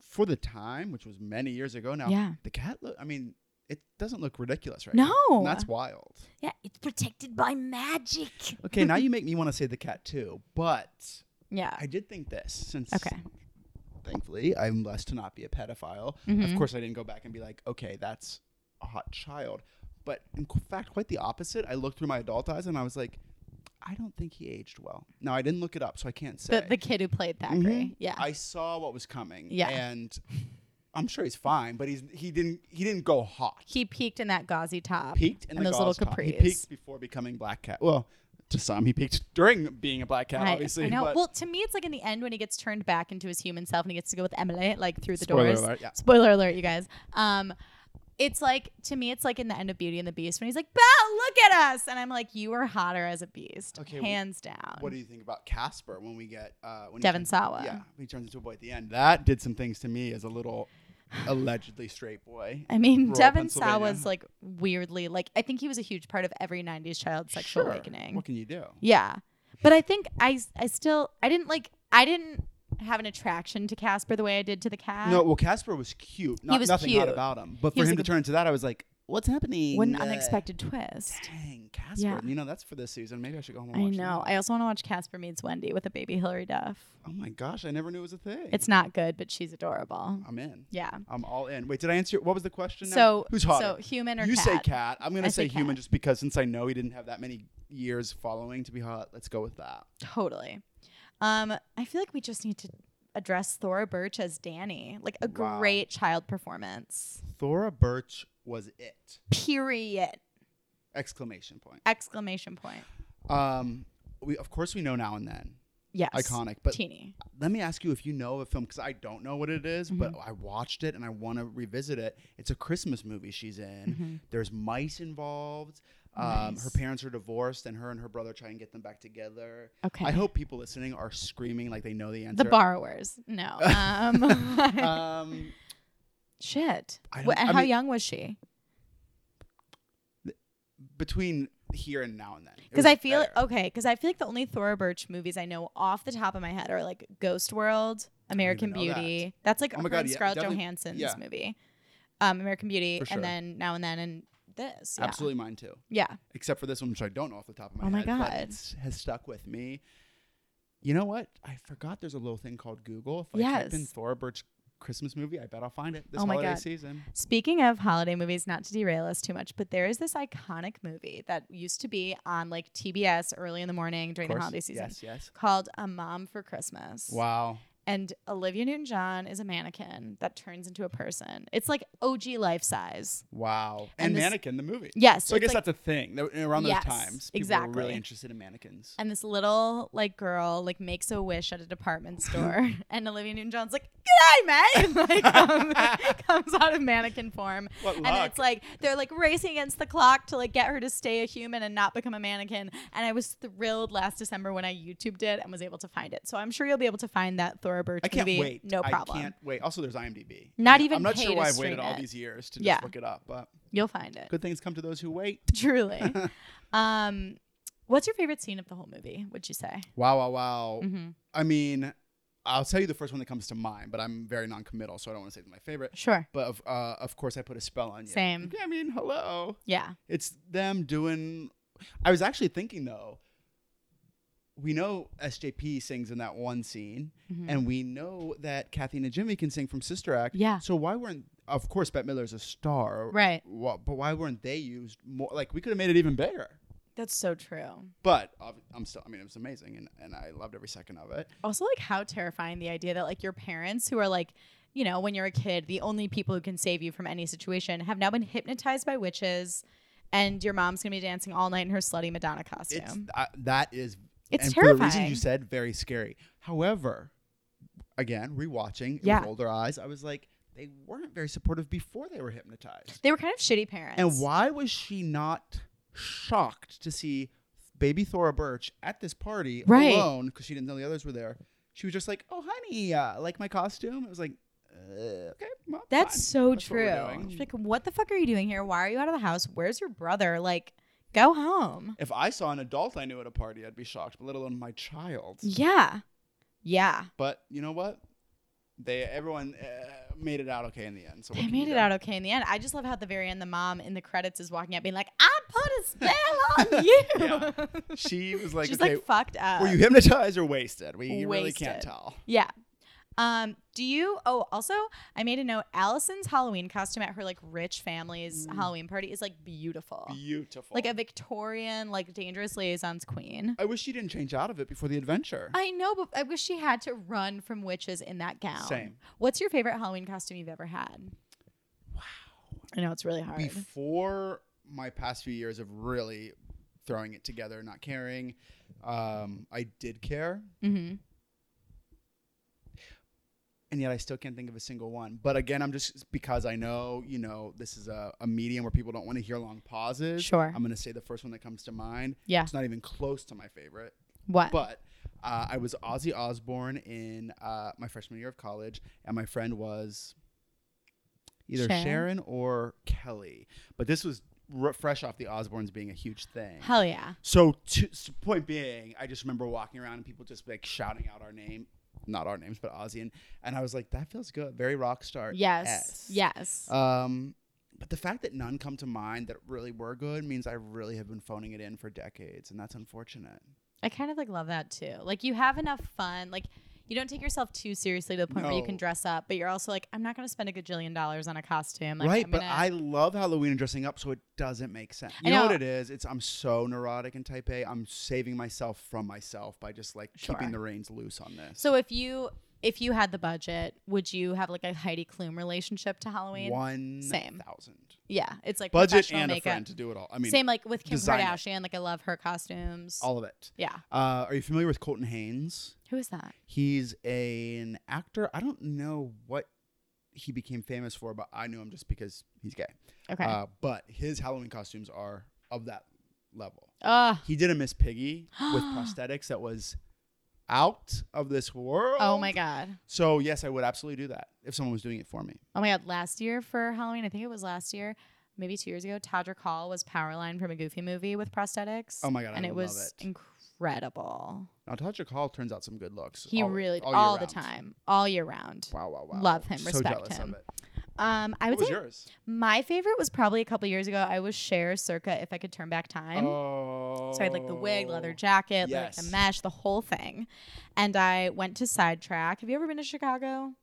Speaker 2: for the time, which was many years ago now,
Speaker 1: Yeah.
Speaker 2: the cat. Look, I mean, it doesn't look ridiculous right now.
Speaker 1: No.
Speaker 2: And that's wild.
Speaker 1: Yeah, it's protected by magic.
Speaker 2: Okay, now you make me want to say the cat too, but
Speaker 1: Yeah.
Speaker 2: I did think this since.
Speaker 1: Okay.
Speaker 2: Thankfully, I'm blessed to not be a pedophile. Of
Speaker 1: Mhm.
Speaker 2: course, I didn't go back and be like, okay, that's a hot child. But in qu- fact, quite the opposite. I looked through my adult eyes and I was like, I don't think he aged well. Now, I didn't look it up, so I can't say.
Speaker 1: The, the kid who played Thackeray.
Speaker 2: Mhm.
Speaker 1: Yeah.
Speaker 2: I saw what was coming.
Speaker 1: Yeah.
Speaker 2: And I'm sure he's fine, but he's he didn't he didn't go hot.
Speaker 1: he peaked in that gauzy top.
Speaker 2: Peaked in
Speaker 1: And
Speaker 2: the
Speaker 1: those little
Speaker 2: gauze top. He
Speaker 1: capris.
Speaker 2: peaked before becoming black cat. Well, to some, he peaked during being a black cat,
Speaker 1: I-
Speaker 2: obviously.
Speaker 1: I know.
Speaker 2: but-
Speaker 1: well, to me, it's like in the end when he gets turned back into his human self and he gets to go with Emily, like through the
Speaker 2: Spoiler
Speaker 1: doors.
Speaker 2: alert, yeah.
Speaker 1: Spoiler alert, you guys. Um, it's like to me, it's like in the end of Beauty and the Beast when he's like, "Belle, look at us," and I'm like, "You were hotter as a beast,
Speaker 2: Okay, wh-
Speaker 1: hands down."
Speaker 2: what do you think about Casper when we get uh when he
Speaker 1: Devon
Speaker 2: turns-
Speaker 1: Sawa.
Speaker 2: Yeah, when he turns into a boy at the end. That did some things to me as a little allegedly straight boy.
Speaker 1: I mean,
Speaker 2: Rural
Speaker 1: Devon
Speaker 2: Pennsylvania.
Speaker 1: Saw was like weirdly like I think he was a huge part of every '90s child's sexual
Speaker 2: Sure.
Speaker 1: awakening.
Speaker 2: What can you do?
Speaker 1: Yeah. But I think I I still I didn't like I didn't have an attraction to Casper the way I did to the cat.
Speaker 2: No, well, Casper was cute. Not,
Speaker 1: was
Speaker 2: nothing
Speaker 1: cute.
Speaker 2: hot about him. But
Speaker 1: He
Speaker 2: for
Speaker 1: was
Speaker 2: him
Speaker 1: like
Speaker 2: to
Speaker 1: a-
Speaker 2: turn into that, I was like, what's happening?
Speaker 1: What an
Speaker 2: Uh,
Speaker 1: unexpected twist.
Speaker 2: Dang, Casper.
Speaker 1: Yeah.
Speaker 2: You know, that's for this season. Maybe I should go home and
Speaker 1: I
Speaker 2: watch
Speaker 1: know.
Speaker 2: that.
Speaker 1: I also want to watch Casper Meets Wendy with a baby Hillary Duff.
Speaker 2: Oh my gosh, I never knew it was a thing.
Speaker 1: It's not good, but she's adorable.
Speaker 2: I'm in.
Speaker 1: Yeah.
Speaker 2: I'm all in. Wait, did I answer? What was the question? now?
Speaker 1: So
Speaker 2: who's
Speaker 1: so
Speaker 2: hotter?
Speaker 1: human or
Speaker 2: you
Speaker 1: cat?
Speaker 2: say cat. I'm gonna
Speaker 1: I
Speaker 2: say,
Speaker 1: say
Speaker 2: human
Speaker 1: cat.
Speaker 2: just because since I know he didn't have that many years following to be hot. Let's go with that.
Speaker 1: Totally. Um, I feel like we just need to address Thora Birch as Danny. Like a
Speaker 2: Wow.
Speaker 1: great child performance.
Speaker 2: Thora Birch was it!
Speaker 1: Period.
Speaker 2: Exclamation point.
Speaker 1: Exclamation point.
Speaker 2: Um, we of course we know now and then.
Speaker 1: Yes.
Speaker 2: Iconic, but
Speaker 1: Teeny.
Speaker 2: let me ask you if you know of a film because I don't know what it is,
Speaker 1: Mm-hmm.
Speaker 2: but I watched it and I want to revisit it. It's a Christmas movie she's in.
Speaker 1: Mm-hmm.
Speaker 2: There's mice involved. Um, Her
Speaker 1: Nice.
Speaker 2: parents are divorced, and her and her brother try and get them back together.
Speaker 1: Okay.
Speaker 2: I hope people listening are screaming like they know the answer.
Speaker 1: The borrowers. No. Um,
Speaker 2: Um,
Speaker 1: shit.
Speaker 2: I
Speaker 1: Wha-
Speaker 2: don't- I
Speaker 1: how
Speaker 2: mean-
Speaker 1: young was she?
Speaker 2: between here and now and then. It
Speaker 1: Because
Speaker 2: was
Speaker 1: I feel Oh,
Speaker 2: there.
Speaker 1: okay. Because I feel like the only Thora Birch movies I know off the top of my head are like Ghost World, American
Speaker 2: know that.
Speaker 1: Beauty. That's like
Speaker 2: Oh my
Speaker 1: her
Speaker 2: God,
Speaker 1: and
Speaker 2: yeah,
Speaker 1: Scarlett
Speaker 2: definitely-
Speaker 1: Johansson's
Speaker 2: yeah.
Speaker 1: movie, um, American Beauty,
Speaker 2: For sure.
Speaker 1: and then now and then and this. Yeah.
Speaker 2: Absolutely mine too.
Speaker 1: Yeah.
Speaker 2: Except for this one, which I don't know off the top of my
Speaker 1: Oh my
Speaker 2: head. but
Speaker 1: God.
Speaker 2: it's- has stuck with me. You know what? I forgot there's a little thing called Google. If I type in
Speaker 1: Yes.
Speaker 2: Thora Birch Christmas movie, I bet I'll find it this
Speaker 1: Oh my
Speaker 2: holiday
Speaker 1: God.
Speaker 2: season.
Speaker 1: Speaking of holiday movies, not to derail us too much, but there is this iconic movie that used to be on like TBS early in the morning during the
Speaker 2: Course.
Speaker 1: holiday season
Speaker 2: Yes, yes.
Speaker 1: called A Mom for Christmas.
Speaker 2: Wow.
Speaker 1: And Olivia Newton John is a mannequin that turns into a person. It's like OG life size.
Speaker 2: Wow. And,
Speaker 1: And this-
Speaker 2: Mannequin, the movie.
Speaker 1: Yes.
Speaker 2: So I
Speaker 1: it's
Speaker 2: guess
Speaker 1: like-
Speaker 2: that's a thing. that- Around
Speaker 1: Yes,
Speaker 2: those times, people were
Speaker 1: exactly.
Speaker 2: really interested in mannequins.
Speaker 1: and this little like girl like makes a wish at a department store, and Olivia Newton John's like, "G'day, mate!" like um, comes out of mannequin form,
Speaker 2: What
Speaker 1: and then
Speaker 2: luck.
Speaker 1: it's like they're like racing against the clock to like get her to stay a human and not become a mannequin. And I was thrilled last December when I YouTubed it and was able to find it. So I'm sure you'll be able to find that Thora Birch
Speaker 2: I can't
Speaker 1: movie.
Speaker 2: wait.
Speaker 1: No problem.
Speaker 2: I can't wait. Also, there's IMDb.
Speaker 1: Not even
Speaker 2: I'm not
Speaker 1: pay
Speaker 2: sure
Speaker 1: to
Speaker 2: why I've waited
Speaker 1: stream
Speaker 2: all
Speaker 1: it.
Speaker 2: these years to just
Speaker 1: Yeah.
Speaker 2: look it up, but
Speaker 1: You'll find it.
Speaker 2: good things come to those who wait.
Speaker 1: Truly. um, what's your favorite scene of the whole movie? Would you say?
Speaker 2: Wow, wow, wow.
Speaker 1: Mm-hmm.
Speaker 2: I mean, I'll tell you the first one that comes to mind, but I'm very non-committal, so I don't want to say it's my favorite.
Speaker 1: Sure.
Speaker 2: But of, uh, of course, I put a spell on you.
Speaker 1: Same.
Speaker 2: I mean, hello.
Speaker 1: Yeah.
Speaker 2: It's them doing. I was actually thinking though. We know SJP sings in that one scene,
Speaker 1: Mhm.
Speaker 2: and we know that Kathy and Jimmy can sing from Sister Act.
Speaker 1: Yeah.
Speaker 2: So why weren't? Of course, Bette Miller's a star.
Speaker 1: Right.
Speaker 2: Wha- but why weren't they used more? Like we could have made it even bigger.
Speaker 1: That's so true.
Speaker 2: But ob- I'm still. I mean, it was amazing, and, and I loved every second of it.
Speaker 1: Also, like how terrifying the idea that like your parents, who are like, you know, when you're a kid, the only people who can save you from any situation, have now been hypnotized by witches, and your mom's gonna be dancing all night in her slutty Madonna costume.
Speaker 2: It's uh, that is
Speaker 1: It's
Speaker 2: and for the reasons
Speaker 1: terrifying.
Speaker 2: you said, very scary. However, again, rewatching it
Speaker 1: Yeah.
Speaker 2: with older eyes, I was like, they weren't very supportive before they were hypnotized.
Speaker 1: they were kind of shitty parents.
Speaker 2: And why was she not shocked to see baby Thora Birch at this party
Speaker 1: Right.
Speaker 2: alone because she didn't know the others were there? She was just like, "Oh, honey, uh, like my costume." It was like, uh, "Okay, well,
Speaker 1: That's
Speaker 2: fine.
Speaker 1: so
Speaker 2: That's what
Speaker 1: true.
Speaker 2: we're doing.
Speaker 1: It's like, what the fuck are you doing here? Why are you out of the house? Where's your brother? Like, go home.
Speaker 2: If I saw an adult I knew at a party, I'd be shocked, but let alone my child.
Speaker 1: Yeah, yeah.
Speaker 2: But you know what? They everyone uh, made it out okay in the end. So
Speaker 1: They made it out okay in the end. I just love how at the very end, the mom in the credits is walking up, being like, "I put a spell on you."
Speaker 2: Yeah. She was like,
Speaker 1: She's
Speaker 2: "Okay,
Speaker 1: like fucked up.
Speaker 2: were you hypnotized or wasted? We really
Speaker 1: Wasted.
Speaker 2: can't tell."
Speaker 1: Yeah. Um, do you oh also I made a note Allison's Halloween costume at her like rich family's Halloween party is like beautiful.
Speaker 2: Mm. Beautiful.
Speaker 1: Like a Victorian, like dangerous liaisons queen.
Speaker 2: I wish she didn't change out of it before the adventure.
Speaker 1: I know, but I wish she had to run from witches in that gown.
Speaker 2: Same.
Speaker 1: What's your favorite Halloween costume you've ever had? Wow. I know it's really hard.
Speaker 2: before my past few years of really throwing it together, not caring, um, I did care,
Speaker 1: mm-hmm.
Speaker 2: and yet I still can't think of a single one. But again, I'm just because I know, you know, this is a, a medium where people don't want to hear long pauses.
Speaker 1: Sure.
Speaker 2: I'm gonna say the first one that comes to mind.
Speaker 1: Yeah.
Speaker 2: It's not even close to my favorite,
Speaker 1: What?
Speaker 2: but. Uh, I was Ozzy Osbourne in uh, my freshman year of college, and my friend was either
Speaker 1: Sharon?
Speaker 2: Sharon, or Kelly. But this was r- fresh off the Osbournes being a huge thing.
Speaker 1: Hell yeah.
Speaker 2: So, to, so point being, I just remember walking around and people just like shouting out our name, not our names, but Ozzy, and, and I was like, that feels good, very rock star.
Speaker 1: Yes. Yes.
Speaker 2: Um, but the fact that none come to mind that really were good means I really have been phoning it in for decades, and that's unfortunate.
Speaker 1: I kind of like love that too. Like you have enough fun. Like you don't take yourself too seriously to the point where you
Speaker 2: No.
Speaker 1: can dress up, but you're also like, I'm not going to spend a gajillion dollars on a costume. Like,
Speaker 2: right,
Speaker 1: I'm
Speaker 2: but
Speaker 1: gonna-
Speaker 2: I love Halloween and dressing up, so it doesn't make sense.
Speaker 1: I
Speaker 2: You know.
Speaker 1: know.
Speaker 2: what it is? It's I'm so neurotic and type A. I'm saving myself from myself by just like
Speaker 1: Sure.
Speaker 2: keeping the reins loose on this.
Speaker 1: So if you if you had the budget, would you have like a Heidi Klum relationship to Halloween?
Speaker 2: one
Speaker 1: Same.
Speaker 2: thousand
Speaker 1: Yeah, it's like
Speaker 2: budget
Speaker 1: professional
Speaker 2: and a
Speaker 1: makeup.
Speaker 2: friend to do it all. I mean,
Speaker 1: Same like with Kim
Speaker 2: design it.
Speaker 1: Kardashian. Like I love her costumes.
Speaker 2: all of it.
Speaker 1: yeah.
Speaker 2: Uh, are you familiar with Colton Haynes?
Speaker 1: Who is that?
Speaker 2: He's a- an actor. I don't know what he became famous for, but I knew him just because he's gay.
Speaker 1: Okay. Uh,
Speaker 2: Uh, but his Halloween costumes are of that level. He did a Miss Piggy with prosthetics that was out of this world.
Speaker 1: oh my god.
Speaker 2: So yes, I would absolutely do that if someone was doing it for me.
Speaker 1: Oh my god. Last year for Halloween, I think it was last year. maybe two years ago, Tadra Call was Powerline from a Goofy movie with prosthetics.
Speaker 2: Oh my god,
Speaker 1: and
Speaker 2: I
Speaker 1: it
Speaker 2: love
Speaker 1: was
Speaker 2: it.
Speaker 1: incredible.
Speaker 2: Now Tadja Call turns out some good looks.
Speaker 1: He
Speaker 2: all-
Speaker 1: really
Speaker 2: all,
Speaker 1: all,
Speaker 2: year
Speaker 1: the
Speaker 2: round.
Speaker 1: time, all year round.
Speaker 2: Wow, wow, wow.
Speaker 1: Love him,
Speaker 2: So
Speaker 1: respect
Speaker 2: jealous
Speaker 1: him.
Speaker 2: Of it.
Speaker 1: Um, I would
Speaker 2: What was
Speaker 1: say
Speaker 2: yours?
Speaker 1: my favorite was probably a couple years ago. I was Cher circa if I could turn back time.
Speaker 2: oh,
Speaker 1: So I had like the wig, leather jacket, like the
Speaker 2: Yes.
Speaker 1: mesh, the whole thing. And I went to Sidetrack. Have you ever been to Chicago?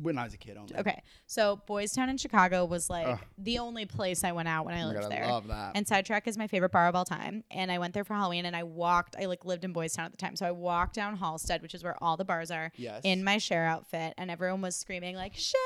Speaker 2: When I was a kid, only.
Speaker 1: Okay. So Boys Town in Chicago was like
Speaker 2: Ugh.
Speaker 1: the only place I went out when I
Speaker 2: Oh my
Speaker 1: lived
Speaker 2: god,
Speaker 1: there.
Speaker 2: I love that.
Speaker 1: And Sidetrack is my favorite bar of all time. And I went there for Halloween and I walked, I like lived in Boys Town at the time. So I walked down Halstead, which is where all the bars are,
Speaker 2: yes.
Speaker 1: in my share outfit. And everyone was screaming, like, share.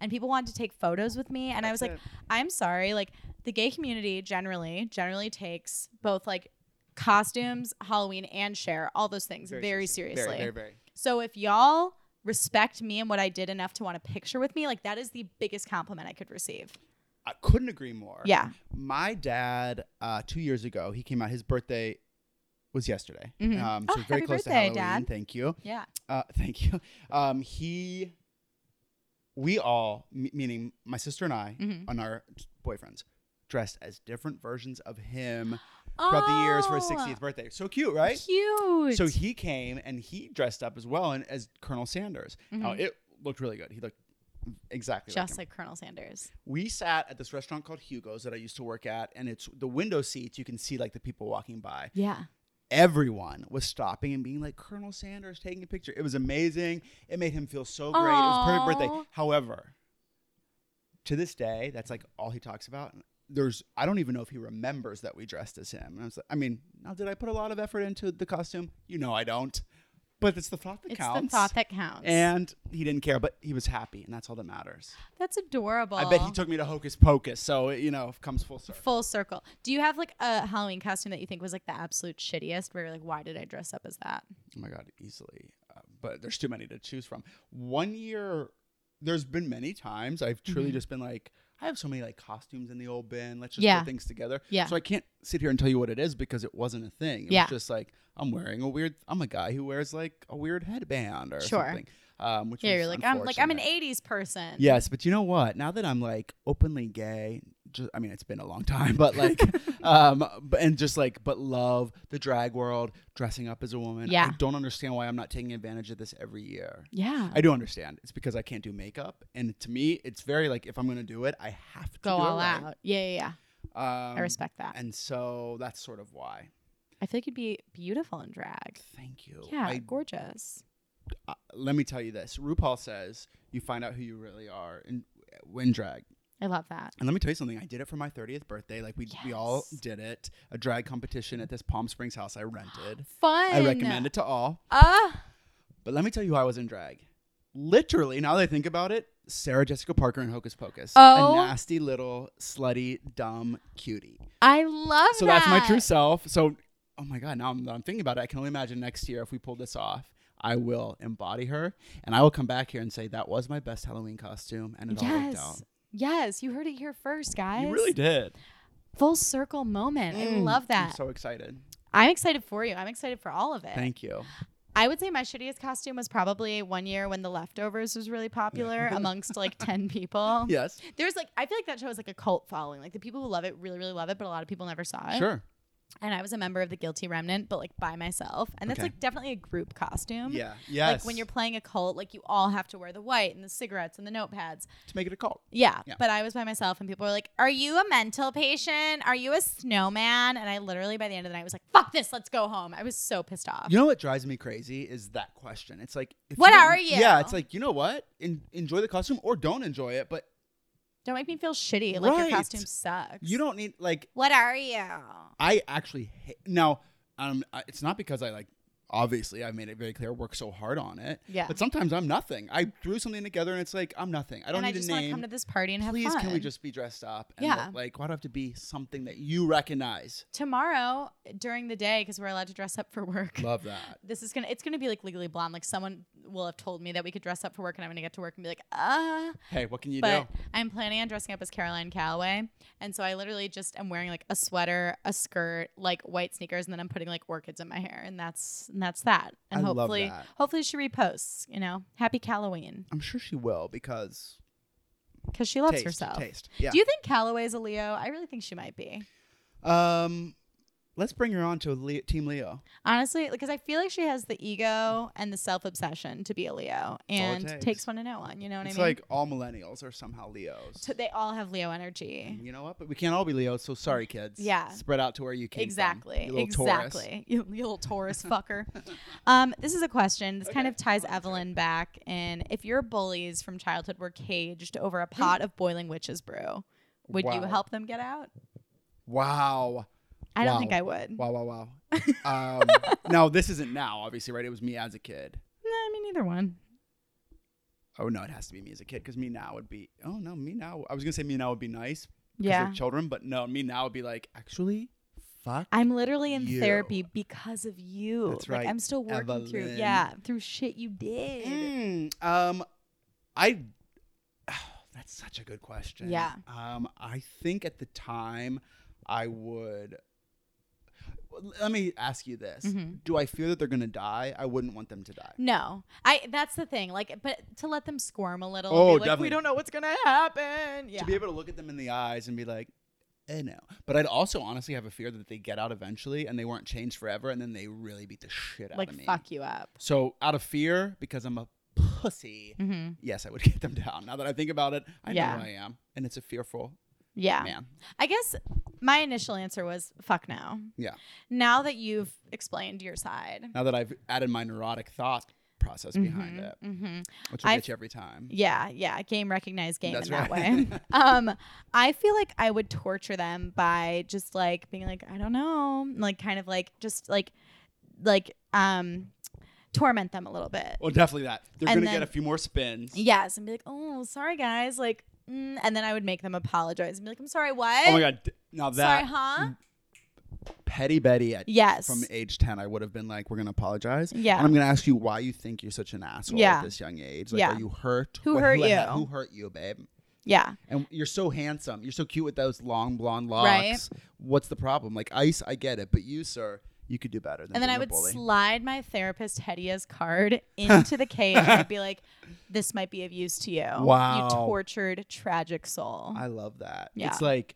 Speaker 1: And people wanted to take photos with me. And I was
Speaker 2: That's
Speaker 1: like,
Speaker 2: it.
Speaker 1: I'm sorry. Like, the gay community generally, generally takes both like, costumes halloween and share all those things very, seriously
Speaker 2: Very, very, very.
Speaker 1: so if y'all respect me and what i did enough to want a picture with me like that is the biggest compliment i could receive
Speaker 2: I couldn't agree more.
Speaker 1: yeah
Speaker 2: My dad, uh, two years ago, he came out. His birthday was yesterday.
Speaker 1: Mhm.
Speaker 2: Um,
Speaker 1: Oh,
Speaker 2: so very
Speaker 1: happy
Speaker 2: close
Speaker 1: birthday,
Speaker 2: to Halloween.
Speaker 1: Dad.
Speaker 2: Thank you.
Speaker 1: yeah
Speaker 2: Uh, thank you. Um, he, we all, m- meaning my sister and I,
Speaker 1: mm-hmm.
Speaker 2: and our boyfriends, dressed as different versions of him throughout the years
Speaker 1: Oh.
Speaker 2: for his 60th birthday. So cute, right?
Speaker 1: Cute.
Speaker 2: So he came and he dressed up as well and as Colonel Sanders. Now
Speaker 1: Mhm.
Speaker 2: Oh, it looked really good. He looked exactly like him.
Speaker 1: just like Colonel Sanders.
Speaker 2: we sat at this restaurant called Hugo's that I used to work at, and it's the window seats. You can see like the people walking by.
Speaker 1: Yeah.
Speaker 2: Everyone was stopping and being like Colonel Sanders taking a picture. It was amazing. It made him feel so great. It was a
Speaker 1: Aw.
Speaker 2: perfect birthday. However, to this day, that's like all he talks about. And There's I don't even know if he remembers that we dressed as him. And I was like, I mean, now did I put a lot of effort into the costume? You know I don't. But it's the thought that
Speaker 1: It's
Speaker 2: counts.
Speaker 1: the thought that counts.
Speaker 2: and he didn't care, but he was happy, and that's all that matters.
Speaker 1: That's adorable.
Speaker 2: I bet he took me to Hocus Pocus, so it, you know, it comes full circle.
Speaker 1: full circle. Do you have like a Halloween costume that you think was like the absolute shittiest where you're like, why did I dress up as that?
Speaker 2: Oh my god, easily. Uh, but there's too many to choose from. One year, there's been many times I've truly
Speaker 1: Mhm.
Speaker 2: just been like, I have so many like costumes in the old bin. Let's just
Speaker 1: Yeah.
Speaker 2: put things together.
Speaker 1: Yeah.
Speaker 2: So I can't sit here and tell you what it is because it wasn't a thing. It
Speaker 1: Yeah.
Speaker 2: was just like I'm wearing a weird. I'm a guy who wears like a weird headband or
Speaker 1: Sure.
Speaker 2: something. Um, which
Speaker 1: yeah,
Speaker 2: was
Speaker 1: you're like, I'm like I'm an
Speaker 2: unfortunate.
Speaker 1: eighties person.
Speaker 2: Yes, but you know what? Now that I'm like openly gay, just, I mean, it's been a long time, but like, um, but, and just like, but love the drag world, dressing up as a woman.
Speaker 1: Yeah.
Speaker 2: I don't understand why I'm not taking advantage of this every year.
Speaker 1: Yeah.
Speaker 2: I do understand. It's because I can't do makeup, and to me, it's very like if I'm gonna do it, I have to
Speaker 1: Go
Speaker 2: do it
Speaker 1: all
Speaker 2: right.
Speaker 1: out. Yeah, yeah, yeah.
Speaker 2: Um,
Speaker 1: I respect that.
Speaker 2: And so that's sort of why.
Speaker 1: I feel like you'd be beautiful in drag.
Speaker 2: Thank you.
Speaker 1: Yeah,
Speaker 2: I,
Speaker 1: gorgeous.
Speaker 2: uh, let me tell you this. RuPaul says you find out who you really are in when drag.
Speaker 1: I love that.
Speaker 2: And let me tell you something. I did it for my 30th birthday. Like we we all
Speaker 1: Yes.
Speaker 2: did it. A drag competition at this Palm Springs house I rented.
Speaker 1: Fun.
Speaker 2: I recommend it to all.
Speaker 1: Ah.
Speaker 2: But let me tell you, how I was in drag. Literally, now that I think about it, Sarah Jessica Parker in Hocus Pocus.
Speaker 1: Oh.
Speaker 2: A nasty little slutty dumb cutie.
Speaker 1: I love
Speaker 2: So
Speaker 1: that.
Speaker 2: that's my true self. So oh my god, now I'm, I'm thinking about it. I can only imagine next year if we pull this off. I will embody her, and I will come back here and say that was my best Halloween costume, and it all worked out.
Speaker 1: Yes. Yes, you heard it here first, guys.
Speaker 2: You really did.
Speaker 1: Full circle moment. I
Speaker 2: Mm.
Speaker 1: love
Speaker 2: I'm
Speaker 1: that.
Speaker 2: so excited.
Speaker 1: I'm excited for you. I'm excited for all of it.
Speaker 2: Thank you.
Speaker 1: I would say my shittiest costume was probably one year when The Leftovers was really popular amongst like 10 people.
Speaker 2: Yes.
Speaker 1: There's like, I feel like that show is like a cult following. Like the people who love it really, really love it, but a lot of people never saw it.
Speaker 2: Sure.
Speaker 1: And I was a member of the Guilty Remnant, but like by myself. And that's
Speaker 2: Okay.
Speaker 1: like definitely a group costume.
Speaker 2: Yeah. Yes.
Speaker 1: Like when you're playing a cult, like you all have to wear the white and the cigarettes and the notepads.
Speaker 2: to make it a cult.
Speaker 1: Yeah,
Speaker 2: Yeah.
Speaker 1: but I was by myself, and people were like, "Are you a mental patient? Are you a snowman?" And I literally, by the end of the night, was like, "Fuck this, let's go home." I was so pissed off.
Speaker 2: You know what drives me crazy is that question. It's like, if
Speaker 1: What
Speaker 2: don't-
Speaker 1: are you?
Speaker 2: Yeah. It's like you know what, en- enjoy the costume or don't enjoy it, but
Speaker 1: Don't make me feel shitty. Like your
Speaker 2: Right.
Speaker 1: costume sucks.
Speaker 2: you don't need like.
Speaker 1: What are you?
Speaker 2: I actually hate now. Um, I- it's not because I like. Obviously, I've made it very clear. Work so hard on it.
Speaker 1: Yeah.
Speaker 2: But sometimes I'm nothing. I threw something together and it's like I'm nothing. I don't
Speaker 1: and
Speaker 2: need
Speaker 1: I just
Speaker 2: a
Speaker 1: want to
Speaker 2: name.
Speaker 1: come to this party and have
Speaker 2: Please,
Speaker 1: fun.
Speaker 2: can we just be dressed up? And
Speaker 1: Yeah.
Speaker 2: look Like, why do I have to be something that you recognize?
Speaker 1: tomorrow during the day because we're allowed to dress up for work?
Speaker 2: Love that.
Speaker 1: This is gonna. It's gonna be like Legally Blonde. Like someone will have told me that we could dress up for work, and I'm gonna get to work and be like, ah.
Speaker 2: Hey, what can you
Speaker 1: but
Speaker 2: do?
Speaker 1: I'm planning on dressing up as Caroline Calloway. And so I literally just am wearing like a sweater, a skirt, like white sneakers, and then I'm putting like orchids in my hair. And that's and that's that. And
Speaker 2: I love
Speaker 1: hopefully
Speaker 2: that.
Speaker 1: hopefully she reposts, you know. Happy Halloween.
Speaker 2: I'm sure she will because
Speaker 1: because she loves
Speaker 2: taste,
Speaker 1: herself.
Speaker 2: Taste. Yeah.
Speaker 1: Do you think Callaway's a Leo? I really think she might be.
Speaker 2: um, let's bring her on to Le- Team Leo.
Speaker 1: Honestly, because I feel like she has the ego and the self obsession to be a Leo, and
Speaker 2: takes.
Speaker 1: takes one to know one. You know what
Speaker 2: it's
Speaker 1: I mean?
Speaker 2: like all millennials are somehow Leos.
Speaker 1: so they all have Leo energy.
Speaker 2: you know what? But we can't all be Leos, so sorry, kids.
Speaker 1: Yeah.
Speaker 2: Spread out to where you can.
Speaker 1: Exactly.
Speaker 2: You little Taurus.
Speaker 1: exactly. You, you little Taurus fucker. Um, this is a question. This kind
Speaker 2: Okay.
Speaker 1: of ties Evelyn back. And if your bullies from childhood were caged over a pot of boiling witch's brew, would you
Speaker 2: Wow.
Speaker 1: help them get out?
Speaker 2: Wow.
Speaker 1: I don't
Speaker 2: Wow.
Speaker 1: think I would.
Speaker 2: Wow, wow, wow. um, no, this isn't now, obviously, right? It was me as a kid.
Speaker 1: No, I mean neither one.
Speaker 2: Oh, no, it has to be me as a kid because me now would be, oh, no, me now. I was going to say me now would be nice because
Speaker 1: Yeah.
Speaker 2: they're children, but no, me now would be like, actually, fuck.
Speaker 1: I'm literally in
Speaker 2: You.
Speaker 1: therapy because of you.
Speaker 2: That's
Speaker 1: like,
Speaker 2: right,
Speaker 1: I'm still working through
Speaker 2: Evelyn.
Speaker 1: yeah, through shit you did.
Speaker 2: Mm, um, I. that's such a good question.
Speaker 1: Yeah.
Speaker 2: Um, I think at the time, I would. Well, Let me ask you this:
Speaker 1: Mhm.
Speaker 2: Do I fear that they're gonna die? I wouldn't want them to die.
Speaker 1: No, I. That's the thing. Like, but to let them squirm a little.
Speaker 2: Oh,
Speaker 1: be like, We
Speaker 2: definitely.
Speaker 1: don't know what's gonna happen. Yeah.
Speaker 2: To be able to look at them in the eyes and be like, "Eh, no." But I'd also honestly have a fear that they get out eventually and they weren't changed forever, and then they really beat the shit out
Speaker 1: like
Speaker 2: of me.
Speaker 1: fuck you up.
Speaker 2: So out of fear, because I'm a pussy,
Speaker 1: Mm-hmm.
Speaker 2: yes, I would get them down. Now that I think about it, I
Speaker 1: Yeah.
Speaker 2: know who I am, and it's a fearful
Speaker 1: Yeah.
Speaker 2: man.
Speaker 1: I guess my initial answer was fuck no.
Speaker 2: Yeah.
Speaker 1: Now that you've explained your side.
Speaker 2: now that I've added my neurotic thought process behind
Speaker 1: Mhm,
Speaker 2: it,
Speaker 1: mhm.
Speaker 2: which will
Speaker 1: I've-
Speaker 2: get you every time.
Speaker 1: Yeah, yeah. Game recognized game
Speaker 2: That's
Speaker 1: in that
Speaker 2: right.
Speaker 1: way. um, I feel like I would torture them by just like being like, I don't know, like kind of like just like like um torment them a little bit.
Speaker 2: Well, definitely that. They're
Speaker 1: And
Speaker 2: gonna
Speaker 1: then-
Speaker 2: get a few more spins.
Speaker 1: Yes, and be like, oh, sorry guys, like, mm, and then I would make them apologize and be like, I'm sorry, what?
Speaker 2: Oh my god! d- Now
Speaker 1: sorry,
Speaker 2: that
Speaker 1: huh?
Speaker 2: petty Betty at
Speaker 1: Yes.
Speaker 2: from age ten, I would have been like, "We're gonna apologize."
Speaker 1: Yeah.
Speaker 2: And I'm gonna ask you why you think you're such an asshole
Speaker 1: Yeah.
Speaker 2: at this young age. Like,
Speaker 1: Yeah.
Speaker 2: are you hurt?
Speaker 1: Who
Speaker 2: What-
Speaker 1: hurt
Speaker 2: who-
Speaker 1: you?
Speaker 2: Who hurt you, babe?
Speaker 1: yeah,
Speaker 2: And you're so handsome. You're so cute with those long blonde locks.
Speaker 1: Right.
Speaker 2: What's the problem? Like ice, I get it, but you, sir, you could do better. Than
Speaker 1: And then I
Speaker 2: being a
Speaker 1: would
Speaker 2: bully.
Speaker 1: slide my therapist Hedia's card into the cage and I'd be like, this might be of use to you.
Speaker 2: Wow.
Speaker 1: You tortured, tragic soul.
Speaker 2: I love that.
Speaker 1: Yeah.
Speaker 2: It's like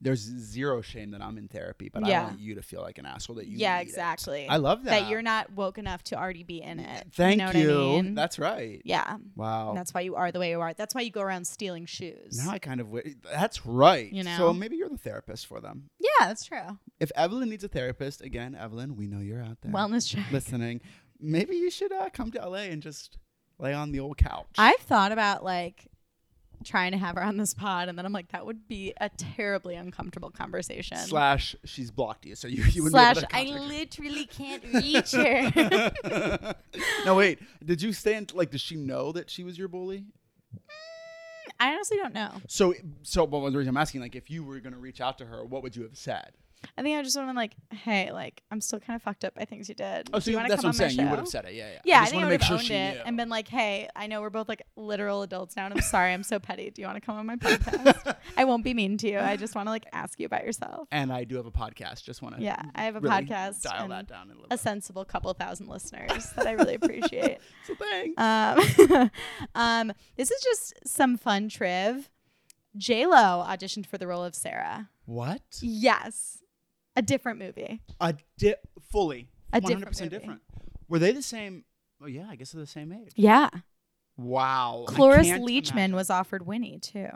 Speaker 2: there's zero shame that I'm in therapy, but
Speaker 1: Yeah.
Speaker 2: I want you to feel like an asshole that you
Speaker 1: yeah,
Speaker 2: need it.
Speaker 1: exactly.
Speaker 2: I love that.
Speaker 1: That you're not woke enough to already be in it.
Speaker 2: Thank
Speaker 1: know what I
Speaker 2: you.
Speaker 1: mean?
Speaker 2: That's right.
Speaker 1: yeah.
Speaker 2: Wow.
Speaker 1: That's why you are the way you are. That's why you go around stealing shoes.
Speaker 2: now I kind of wi- that's right.
Speaker 1: You know?
Speaker 2: So maybe you're the therapist for them.
Speaker 1: yeah, that's true.
Speaker 2: If Evelyn needs a therapist, again, Evelyn, we know you're out there
Speaker 1: Wellness check.
Speaker 2: listening. Maybe you should uh, come to LA and just lay on the old couch.
Speaker 1: I've thought about like trying to have her on this pod and then I'm like, that would be a terribly uncomfortable conversation.
Speaker 2: Slash, she's blocked you, so you, you wouldn't
Speaker 1: Slash,
Speaker 2: be able to
Speaker 1: I
Speaker 2: contact her.
Speaker 1: literally can't reach her.
Speaker 2: no, wait. Did you stay in? Like, does she know that she was your bully?
Speaker 1: I honestly don't know.
Speaker 2: So, so, but the reason I'm asking, like, if you were gonna reach out to her, what would you have said?
Speaker 1: I think I just would have been like, hey, like, I'm still kind of fucked up by things you did.
Speaker 2: Oh, so
Speaker 1: Do you
Speaker 2: you,
Speaker 1: want to
Speaker 2: that's
Speaker 1: come
Speaker 2: what I'm
Speaker 1: on my
Speaker 2: saying. You would
Speaker 1: show?"
Speaker 2: have said it. Yeah, yeah.
Speaker 1: Yeah, I,
Speaker 2: I just
Speaker 1: think I
Speaker 2: want to
Speaker 1: would
Speaker 2: make
Speaker 1: have
Speaker 2: sure
Speaker 1: owned
Speaker 2: she
Speaker 1: it
Speaker 2: knew.
Speaker 1: and been like, hey, I know we're both like literal adults now, and I'm sorry I'm so petty. Do you want to come on my podcast? I won't be mean to you. I just want to like ask you about yourself.
Speaker 2: And I do have a podcast. Just want to.
Speaker 1: Yeah, I have a
Speaker 2: really
Speaker 1: podcast
Speaker 2: Dial
Speaker 1: and
Speaker 2: that down a little
Speaker 1: a
Speaker 2: bit.
Speaker 1: sensible couple thousand listeners that I really appreciate.
Speaker 2: So thanks.
Speaker 1: Um, um, this is just some fun triv. J Lo auditioned for the role of Sarah.
Speaker 2: what?
Speaker 1: Yes, a different movie.
Speaker 2: A di- fully.
Speaker 1: A
Speaker 2: 100%
Speaker 1: different movie.
Speaker 2: different. Were they the same? Oh yeah, I guess they're the same age.
Speaker 1: Yeah.
Speaker 2: Wow. I
Speaker 1: Cloris
Speaker 2: can't
Speaker 1: Leachman
Speaker 2: imagine.
Speaker 1: was offered Winnie too.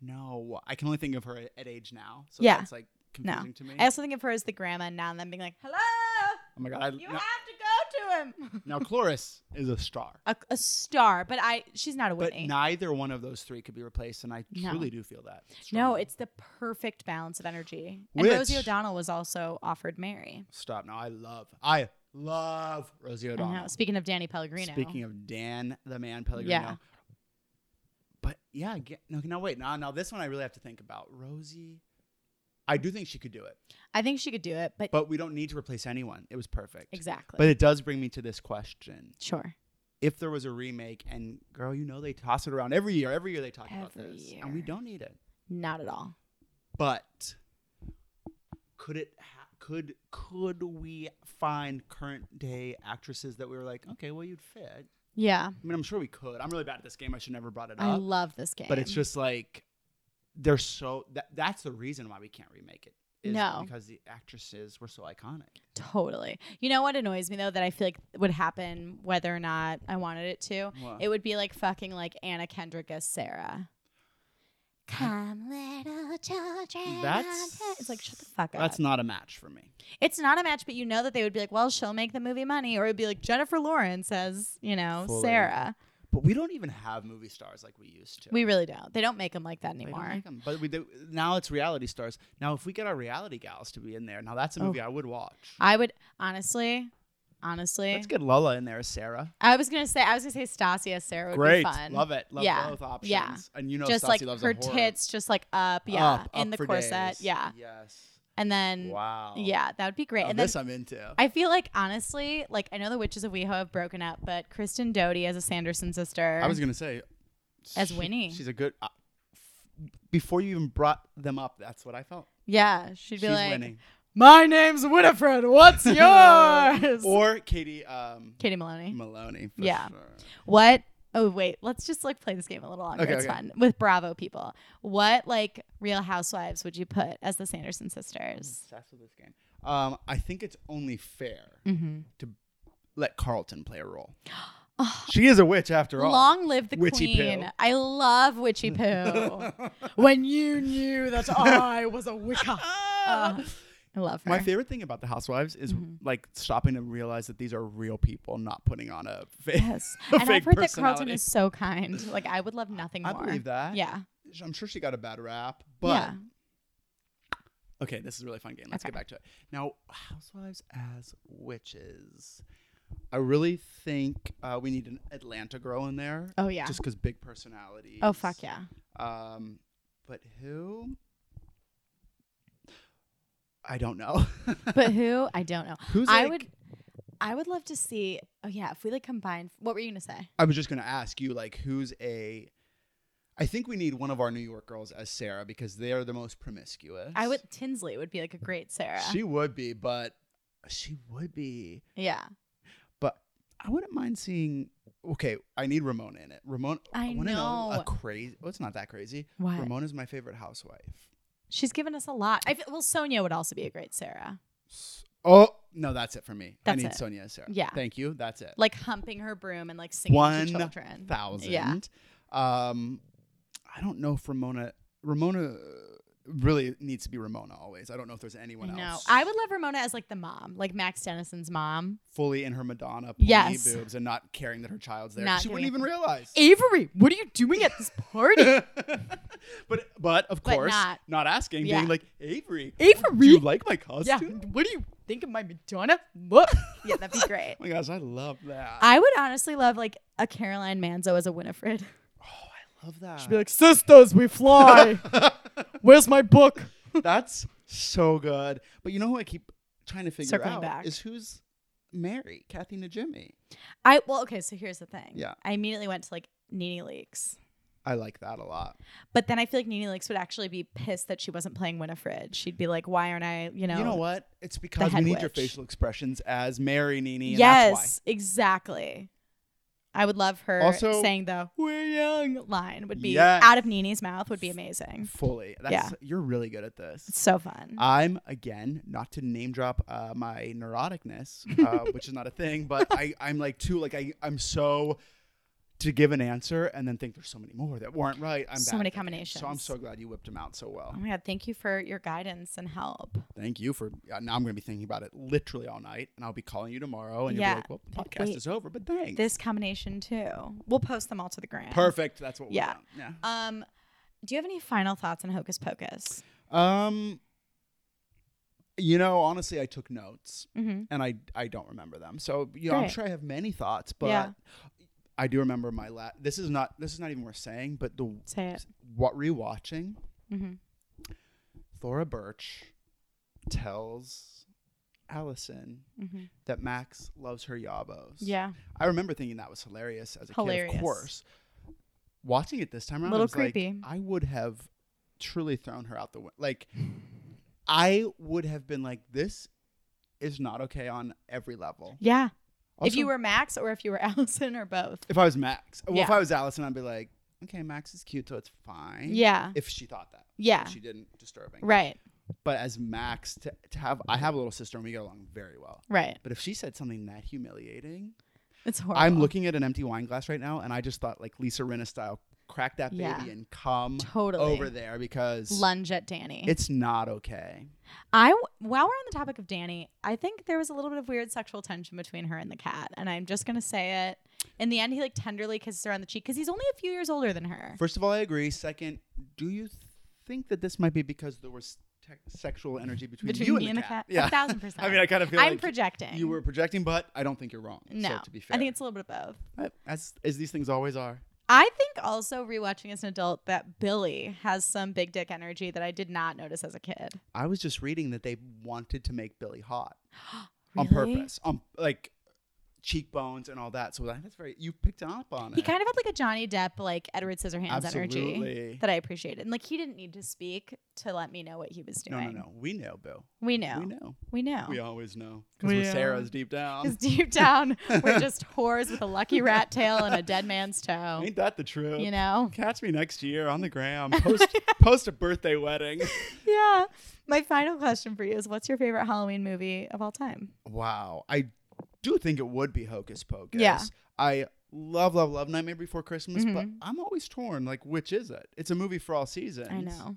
Speaker 2: No, I can only think of her at, at age now. So
Speaker 1: Yeah.
Speaker 2: yeah. That's like confusing to me.
Speaker 1: I also think of her as the grandma now and then being like, "Hello,
Speaker 2: oh my god. I,
Speaker 1: you
Speaker 2: now,
Speaker 1: have to go to him."
Speaker 2: now Cloris is a star.
Speaker 1: A, a star, but I she's not a
Speaker 2: But
Speaker 1: Winnie.
Speaker 2: neither one of those three could be replaced, and I
Speaker 1: No.
Speaker 2: truly do feel that.
Speaker 1: no,
Speaker 2: strongly.
Speaker 1: it's the perfect balance of energy. And Rosie
Speaker 2: Which-
Speaker 1: O'Donnell was also offered Mary.
Speaker 2: stop. Now I love, I love Rosie
Speaker 1: I
Speaker 2: O'Donnell.
Speaker 1: know. Speaking of Danny Pellegrino,
Speaker 2: Speaking of Dan, the man Pellegrino.
Speaker 1: Yeah.
Speaker 2: But yeah, get, no, no, wait, no, no. This one I really have to think about. Rosie, I do think she could do it,
Speaker 1: I think she could do it, but,
Speaker 2: but we don't need to replace anyone. It was perfect.
Speaker 1: exactly,
Speaker 2: But it does bring me to this question:
Speaker 1: sure,
Speaker 2: If there was a remake, and girl, you know they toss it around every year. Every year they talk about
Speaker 1: Every
Speaker 2: this, and we
Speaker 1: year.
Speaker 2: don't need it.
Speaker 1: not at all.
Speaker 2: but could it ha- could could we find current day actresses that we were like okay well you'd fit
Speaker 1: Yeah.
Speaker 2: I mean, I'm sure we could. I'm really bad at this game. I should never brought it
Speaker 1: I
Speaker 2: up.
Speaker 1: love this game.
Speaker 2: But it's just like they're so that that's the reason why we can't remake it. is
Speaker 1: No.
Speaker 2: because the actresses were so iconic.
Speaker 1: totally. You know what annoys me though that I feel like would happen whether or not I wanted it to?
Speaker 2: What?
Speaker 1: It would be like fucking like Anna Kendrick as Sarah. Come little children.
Speaker 2: That's-
Speaker 1: unto- it's like shut the fuck up.
Speaker 2: That's not a match for me.
Speaker 1: it's not a match, but you know that they would be like, well, she'll make the movie money, or it'd be like Jennifer Lawrence as you know
Speaker 2: Fully.
Speaker 1: Sarah.
Speaker 2: But we don't even have movie stars like we used to.
Speaker 1: We really don't. They don't make them like that
Speaker 2: They don't
Speaker 1: anymore.
Speaker 2: make 'em. But we do, now it's reality stars. Now if we get our reality gals to be in there, now that's a
Speaker 1: Oh.
Speaker 2: movie I would watch.
Speaker 1: I would honestly, honestly,
Speaker 2: Let's get Lola in there as Sarah.
Speaker 1: I was gonna say I was gonna say Stasia Sarah would be fun.
Speaker 2: love it. Love
Speaker 1: Yeah.
Speaker 2: both options.
Speaker 1: Yeah.
Speaker 2: And you know,
Speaker 1: just
Speaker 2: Stassi
Speaker 1: like
Speaker 2: loves
Speaker 1: her
Speaker 2: a horror.
Speaker 1: tits, just like up, yeah,
Speaker 2: Up,
Speaker 1: in
Speaker 2: up
Speaker 1: the
Speaker 2: for
Speaker 1: corset,
Speaker 2: days.
Speaker 1: yeah,
Speaker 2: Yes.
Speaker 1: and then
Speaker 2: Wow.
Speaker 1: yeah, that would be great.
Speaker 2: Now
Speaker 1: and then
Speaker 2: this I'm into.
Speaker 1: I feel like honestly, like I know the witches of WeHo have broken up, but Kristen Doty as a Sanderson sister,
Speaker 2: I was gonna say,
Speaker 1: As
Speaker 2: she-
Speaker 1: Winnie.
Speaker 2: she's a good. Uh, f- before you even brought them up, that's what I felt.
Speaker 1: yeah, she'd be
Speaker 2: she's
Speaker 1: like,
Speaker 2: Winnie
Speaker 1: "My name's Winifred. What's yours?"
Speaker 2: or Katie um,
Speaker 1: Katie Maloney.
Speaker 2: Maloney. for
Speaker 1: Yeah.
Speaker 2: sure.
Speaker 1: What? Oh wait, let's just like play this game a little longer.
Speaker 2: Okay,
Speaker 1: it's
Speaker 2: okay.
Speaker 1: fun with Bravo people. What like Real Housewives would you put as the Sanderson sisters?
Speaker 2: Obsessed with this game. Um, I think it's only fair
Speaker 1: Mm-hmm.
Speaker 2: let Carlton play a role.
Speaker 1: Ah.
Speaker 2: she is a witch after all.
Speaker 1: Long live the
Speaker 2: Witchy poo.
Speaker 1: queen! I love witchy poo. when you knew that I was a Wicca, Uh, I love her.
Speaker 2: Ah. My favorite thing about the Housewives is
Speaker 1: Mm-hmm.
Speaker 2: like stopping to realize that these are real people, not putting on a face.
Speaker 1: Yes.
Speaker 2: a
Speaker 1: and I've
Speaker 2: fake
Speaker 1: heard that Carlton
Speaker 2: personality.
Speaker 1: is so kind. Like I would love nothing
Speaker 2: I
Speaker 1: more.
Speaker 2: believe that.
Speaker 1: Yeah.
Speaker 2: I'm sure she got a bad rap, but
Speaker 1: yeah.
Speaker 2: okay, this is a really fun game. Let's
Speaker 1: Okay.
Speaker 2: get back to it. Now, Housewives as witches. I really think uh, we need an Atlanta girl in there.
Speaker 1: Oh yeah.
Speaker 2: Just because big personality.
Speaker 1: oh fuck yeah.
Speaker 2: Um, but who? I don't know.
Speaker 1: But who? I don't know.
Speaker 2: Who's
Speaker 1: I
Speaker 2: like-
Speaker 1: would I would love to see oh yeah, if we like combine what were you gonna say?
Speaker 2: I was just gonna ask you, like, who's a? I think we need one of our New York girls as Sarah because they are the most promiscuous.
Speaker 1: I would Tinsley would be like a great Sarah.
Speaker 2: She would be, but she would be.
Speaker 1: yeah.
Speaker 2: But I wouldn't mind seeing. Okay, I need Ramona in it. Ramona.
Speaker 1: I
Speaker 2: wanna
Speaker 1: know.
Speaker 2: a crazy. Well, it's not that crazy.
Speaker 1: What?
Speaker 2: Ramona's my favorite housewife.
Speaker 1: She's given us a lot. I feel, well, Sonia would also be a great Sarah.
Speaker 2: S- Oh no, that's it for me.
Speaker 1: That's
Speaker 2: I need
Speaker 1: it.
Speaker 2: Sonia as Sarah.
Speaker 1: Yeah.
Speaker 2: Thank you. That's it.
Speaker 1: Like humping her broom and like singing
Speaker 2: One
Speaker 1: to children.
Speaker 2: thousand.
Speaker 1: Yeah.
Speaker 2: Um, I don't know if Ramona. Ramona uh, really needs to be Ramona always. I don't know if there's
Speaker 1: I
Speaker 2: anyone
Speaker 1: know.
Speaker 2: else
Speaker 1: I would love Ramona as like the mom, like Max Dennison's mom.
Speaker 2: fully in her Madonna pony
Speaker 1: Yes.
Speaker 2: boobs and not caring that her child's there.
Speaker 1: Not
Speaker 2: she wouldn't
Speaker 1: giving
Speaker 2: even realize.
Speaker 1: Avery, what are you doing at this party?
Speaker 2: but but of
Speaker 1: But
Speaker 2: course,
Speaker 1: not-
Speaker 2: not, asking,
Speaker 1: Yeah.
Speaker 2: being like Avery. Do
Speaker 1: Avery?
Speaker 2: you like my costume?
Speaker 1: What do you think of my Madonna look? yeah, that'd be great.
Speaker 2: Oh my gosh, I love that.
Speaker 1: I would honestly love like a Caroline Manzo as a Winifred.
Speaker 2: oh, I love that.
Speaker 1: like, sisters, we fly. Where's my book?
Speaker 2: That's so good. But you know who I keep trying to figure
Speaker 1: Circling
Speaker 2: out
Speaker 1: back.
Speaker 2: is who's Mary, Kathy and Jimmy.
Speaker 1: I well, okay. So here's the thing.
Speaker 2: Yeah.
Speaker 1: I immediately went to like Nene Leakes,
Speaker 2: I like that a lot.
Speaker 1: but then I feel like Nene Leakes would actually be pissed that she wasn't playing Winifred. She'd be like, "Why aren't I?" You know.
Speaker 2: You know what? It's because we
Speaker 1: head
Speaker 2: need your
Speaker 1: witch.
Speaker 2: facial expressions as Mary Nini. And
Speaker 1: Yes, exactly. I would love her
Speaker 2: Also-
Speaker 1: saying the "We're young" line would be
Speaker 2: Yes.
Speaker 1: out of Nene's mouth would be amazing.
Speaker 2: That's why. Fully. That's you're really good at
Speaker 1: It's
Speaker 2: this.
Speaker 1: so fun.
Speaker 2: I'm again not to name drop uh, my neuroticness, uh, which is not a thing, but I I'm like too like I I'm so to give an answer and then think there's so many more that weren't right. I'm
Speaker 1: So
Speaker 2: bad
Speaker 1: many
Speaker 2: at that game. So I'm
Speaker 1: combinations.
Speaker 2: so glad you whipped them out so well.
Speaker 1: Oh my God, thank you for your guidance and help.
Speaker 2: thank you for uh, now i'm going to be thinking about it literally all night and i'll be calling you tomorrow and
Speaker 1: Yeah.
Speaker 2: you'll be like well the podcast
Speaker 1: Wait.
Speaker 2: is over but thanks
Speaker 1: This combination too. We'll post them all to the gram.
Speaker 2: perfect that's what we
Speaker 1: Yeah.
Speaker 2: want yeah
Speaker 1: Um, do you have any final thoughts on Hocus Pocus?
Speaker 2: um you know honestly i took notes
Speaker 1: Mm-hmm.
Speaker 2: and i i don't remember them so you know i'm
Speaker 1: Great.
Speaker 2: sure i have many thoughts but
Speaker 1: Yeah.
Speaker 2: i do remember my last this is not this is not even worth saying but the
Speaker 1: Say it.
Speaker 2: what rewatching
Speaker 1: Mm-hmm.
Speaker 2: thora birch tells allison
Speaker 1: Mm-hmm.
Speaker 2: that max loves her yabos
Speaker 1: Yeah.
Speaker 2: I remember thinking that was hilarious as a
Speaker 1: Hilarious.
Speaker 2: kid, of course. Watching it this time around,
Speaker 1: Little
Speaker 2: I was like,
Speaker 1: creepy.
Speaker 2: I would have truly thrown her out the window. Like, I would have been like, this is not okay on every level.
Speaker 1: Yeah. if you were Max or if you were Allison or both.
Speaker 2: if I was Max, well, if
Speaker 1: Yeah.
Speaker 2: I was Allison, I'd be like, okay, Max is cute, so it's fine.
Speaker 1: Yeah.
Speaker 2: If she thought that.
Speaker 1: Yeah.
Speaker 2: If she didn't. Disturbing.
Speaker 1: Right.
Speaker 2: But as Max, to, to have, I have a little sister and we get along very well.
Speaker 1: Right.
Speaker 2: But if she said something that humiliating,
Speaker 1: It's horrible.
Speaker 2: I'm looking at an empty wine glass right now, and I just thought like Lisa Rinna style, crack that baby
Speaker 1: Yeah.
Speaker 2: and come
Speaker 1: Totally.
Speaker 2: over there because
Speaker 1: lunge at Danny.
Speaker 2: it's not okay.
Speaker 1: I while we're on the topic of Danny, I think there was a little bit of weird sexual tension between her and the cat, and I'm just gonna say it. In the end, he like tenderly kisses her on the cheek because he's only a few years older than her.
Speaker 2: First of all, I agree. Second, do you think that this might be because there was tec- sexual energy between, you and,
Speaker 1: me
Speaker 2: the cat? Yeah.
Speaker 1: a thousand percent.
Speaker 2: I mean, I kind of feel
Speaker 1: I'm
Speaker 2: like
Speaker 1: projecting.
Speaker 2: you were projecting, but I don't think you're wrong.
Speaker 1: no.
Speaker 2: So to be fair,
Speaker 1: I think it's a little bit of both.
Speaker 2: But as as these things always are.
Speaker 1: I think also rewatching as an adult that Billy has some big dick energy that I did not notice as a kid.
Speaker 2: I was just reading that they wanted to make Billy hot on
Speaker 1: Really?
Speaker 2: purpose, on like cheekbones and all that. So that's very you picked up on it.
Speaker 1: He kind of had like a Johnny Depp, like Edward Scissorhands energy
Speaker 2: Absolutely.
Speaker 1: that I appreciated. And like he didn't need to speak to let me know what he was
Speaker 2: No,
Speaker 1: doing.
Speaker 2: no, no. We know, Bill.
Speaker 1: We know.
Speaker 2: We know.
Speaker 1: We know.
Speaker 2: We always know because
Speaker 1: We
Speaker 2: we're
Speaker 1: know.
Speaker 2: Sarah's deep
Speaker 1: Because
Speaker 2: down.
Speaker 1: deep down, we're just whores with a lucky rat tail and a dead man's toe.
Speaker 2: Ain't that the truth?
Speaker 1: You know?
Speaker 2: Catch me next year on the gram. Post post a birthday wedding.
Speaker 1: Yeah. My final question for you is what's your favorite Halloween movie of all time?
Speaker 2: Wow. I do think it would be Hocus Pocus.
Speaker 1: Yeah.
Speaker 2: I love, love, love Nightmare Before Christmas, but
Speaker 1: Mhm.
Speaker 2: I'm always torn. Like, which is it? It's a movie for all seasons.
Speaker 1: I know.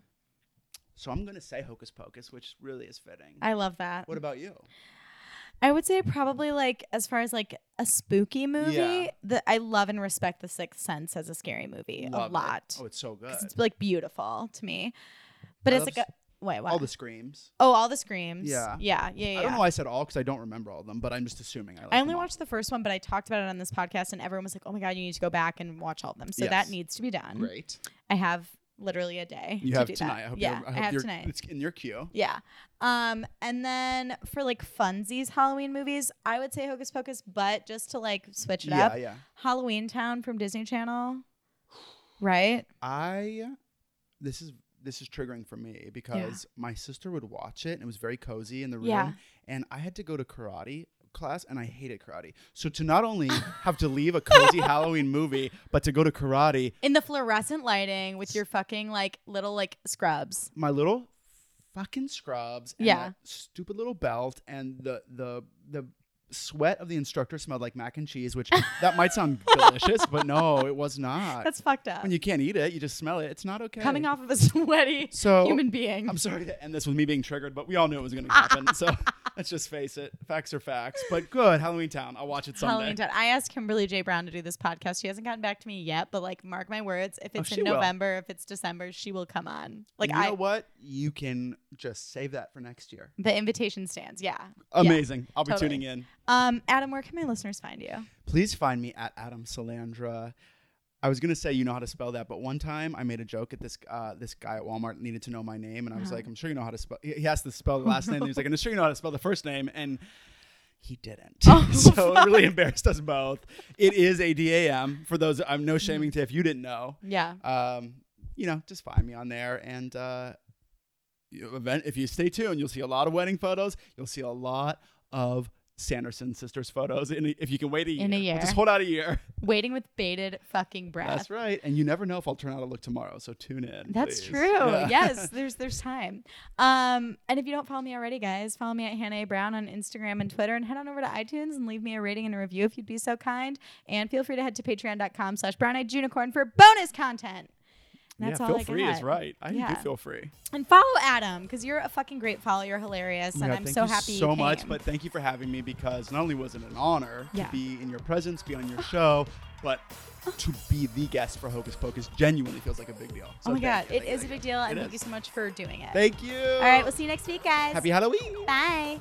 Speaker 2: So I'm going to say Hocus Pocus, which really is fitting.
Speaker 1: I love that.
Speaker 2: what about you?
Speaker 1: I would say probably like as far as like a spooky movie,
Speaker 2: Yeah.
Speaker 1: that I love and respect The Sixth Sense as a scary movie
Speaker 2: Love
Speaker 1: a
Speaker 2: it.
Speaker 1: lot.
Speaker 2: Oh, it's so good.
Speaker 1: 'Cause it's like beautiful to me. But
Speaker 2: I
Speaker 1: it's
Speaker 2: love
Speaker 1: like a wait, what?
Speaker 2: all the screams.
Speaker 1: oh, all the screams.
Speaker 2: Yeah.
Speaker 1: Yeah. Yeah. yeah,
Speaker 2: I don't
Speaker 1: yeah.
Speaker 2: know why I said all because I don't remember all of them, but I'm just assuming I like
Speaker 1: I only
Speaker 2: them all.
Speaker 1: watched the first one, but I talked about it on this podcast, and everyone was like, "Oh my god, you need to go back and watch all of them." So that
Speaker 2: Yes.
Speaker 1: needs to be done.
Speaker 2: Great.
Speaker 1: I have literally a day.
Speaker 2: You
Speaker 1: to
Speaker 2: have
Speaker 1: do
Speaker 2: tonight.
Speaker 1: That.
Speaker 2: I hope
Speaker 1: yeah,
Speaker 2: you're, I hope
Speaker 1: have
Speaker 2: you're,
Speaker 1: tonight.
Speaker 2: It's in your queue.
Speaker 1: Yeah. Um, and then for like funsies Halloween movies, I would say Hocus Pocus, but just to like switch it
Speaker 2: yeah,
Speaker 1: up,
Speaker 2: yeah.
Speaker 1: Halloween Town from Disney Channel, right?
Speaker 2: I this is this is triggering for me because my sister would watch it and it was very cozy in the room
Speaker 1: Yeah.
Speaker 2: and I had to go to karate class and I hated karate. So to not only have to leave a cozy Halloween movie but to go to karate,
Speaker 1: In the fluorescent lighting with your fucking like little like scrubs.
Speaker 2: my little fucking scrubs and
Speaker 1: Yeah.
Speaker 2: that stupid little belt and the the the sweat of the instructor smelled like mac and cheese which that might sound delicious but no it was not
Speaker 1: That's fucked up.
Speaker 2: when you can't eat it you just smell it it's not okay
Speaker 1: Coming off of a sweaty
Speaker 2: so
Speaker 1: human being.
Speaker 2: I'm sorry to end this with me being triggered, but we all knew it was going to happen. so let's just face it. Facts are facts. But good, Halloween Town. I'll watch it someday.
Speaker 1: Halloween Town. I asked Kimberly J. Brown to do this podcast. She hasn't gotten back to me yet, but like, mark my words, if it's
Speaker 2: Oh, she
Speaker 1: in
Speaker 2: will.
Speaker 1: November, if it's December, she will come on. Like,
Speaker 2: you
Speaker 1: I
Speaker 2: know what? You can just save that for next year.
Speaker 1: the invitation stands. Yeah. Yeah.
Speaker 2: Amazing. I'll be
Speaker 1: totally.
Speaker 2: tuning in.
Speaker 1: Um, Adam, where can my listeners find you?
Speaker 2: Please find me at Adam Salandra. I was gonna say you know how to spell that, but one time I made a joke at this uh, this guy at Walmart needed to know my name, and I was
Speaker 1: Uh-huh.
Speaker 2: like, "I'm sure you know how to spell." He he asked to spell the last name. And he was like, "I'm sure you know how to spell the first name," and he didn't.
Speaker 1: Oh,
Speaker 2: so it really embarrassed us both. It is a D A M for those. I'm no shaming to if you didn't know.
Speaker 1: Yeah.
Speaker 2: Um, you know, just find me on there, and uh, you- event if you stay tuned, you'll see a lot of wedding photos. You'll see a lot of Sanderson sisters photos. In a, if you can wait a year,
Speaker 1: In a year.
Speaker 2: just hold out a year.
Speaker 1: Waiting with bated fucking breath.
Speaker 2: That's right. And you never know if I'll turn out a look tomorrow. So tune in.
Speaker 1: That's
Speaker 2: please.
Speaker 1: true.
Speaker 2: Yeah.
Speaker 1: Yes, there's there's time. Um, and if you don't follow me already, guys, follow me at Hannah A. Brown on Instagram and Twitter, and head on over to iTunes and leave me a rating and a review if you'd be so kind. And feel free to head to patreon.com slash brown eyed unicorn for bonus content. And That's
Speaker 2: yeah,
Speaker 1: all
Speaker 2: feel
Speaker 1: I
Speaker 2: free is
Speaker 1: got.
Speaker 2: right. I
Speaker 1: Yeah.
Speaker 2: do feel free.
Speaker 1: And follow Adam because you're a fucking great follow. You're hilarious, and
Speaker 2: Yeah,
Speaker 1: I'm
Speaker 2: thank
Speaker 1: so
Speaker 2: you
Speaker 1: happy.
Speaker 2: so
Speaker 1: you
Speaker 2: much.
Speaker 1: came.
Speaker 2: But thank you for having me because not only was it an honor
Speaker 1: Yeah.
Speaker 2: to be in your presence, be on your show, but to be the guest for Hocus Pocus genuinely feels like a big deal. So
Speaker 1: oh my god,
Speaker 2: thank you,
Speaker 1: it
Speaker 2: thank you,
Speaker 1: is a
Speaker 2: thank
Speaker 1: big deal, and
Speaker 2: It
Speaker 1: thank you
Speaker 2: is.
Speaker 1: so much for doing it.
Speaker 2: Thank you.
Speaker 1: all right, we'll see you next week, guys.
Speaker 2: Happy Halloween.
Speaker 1: Bye.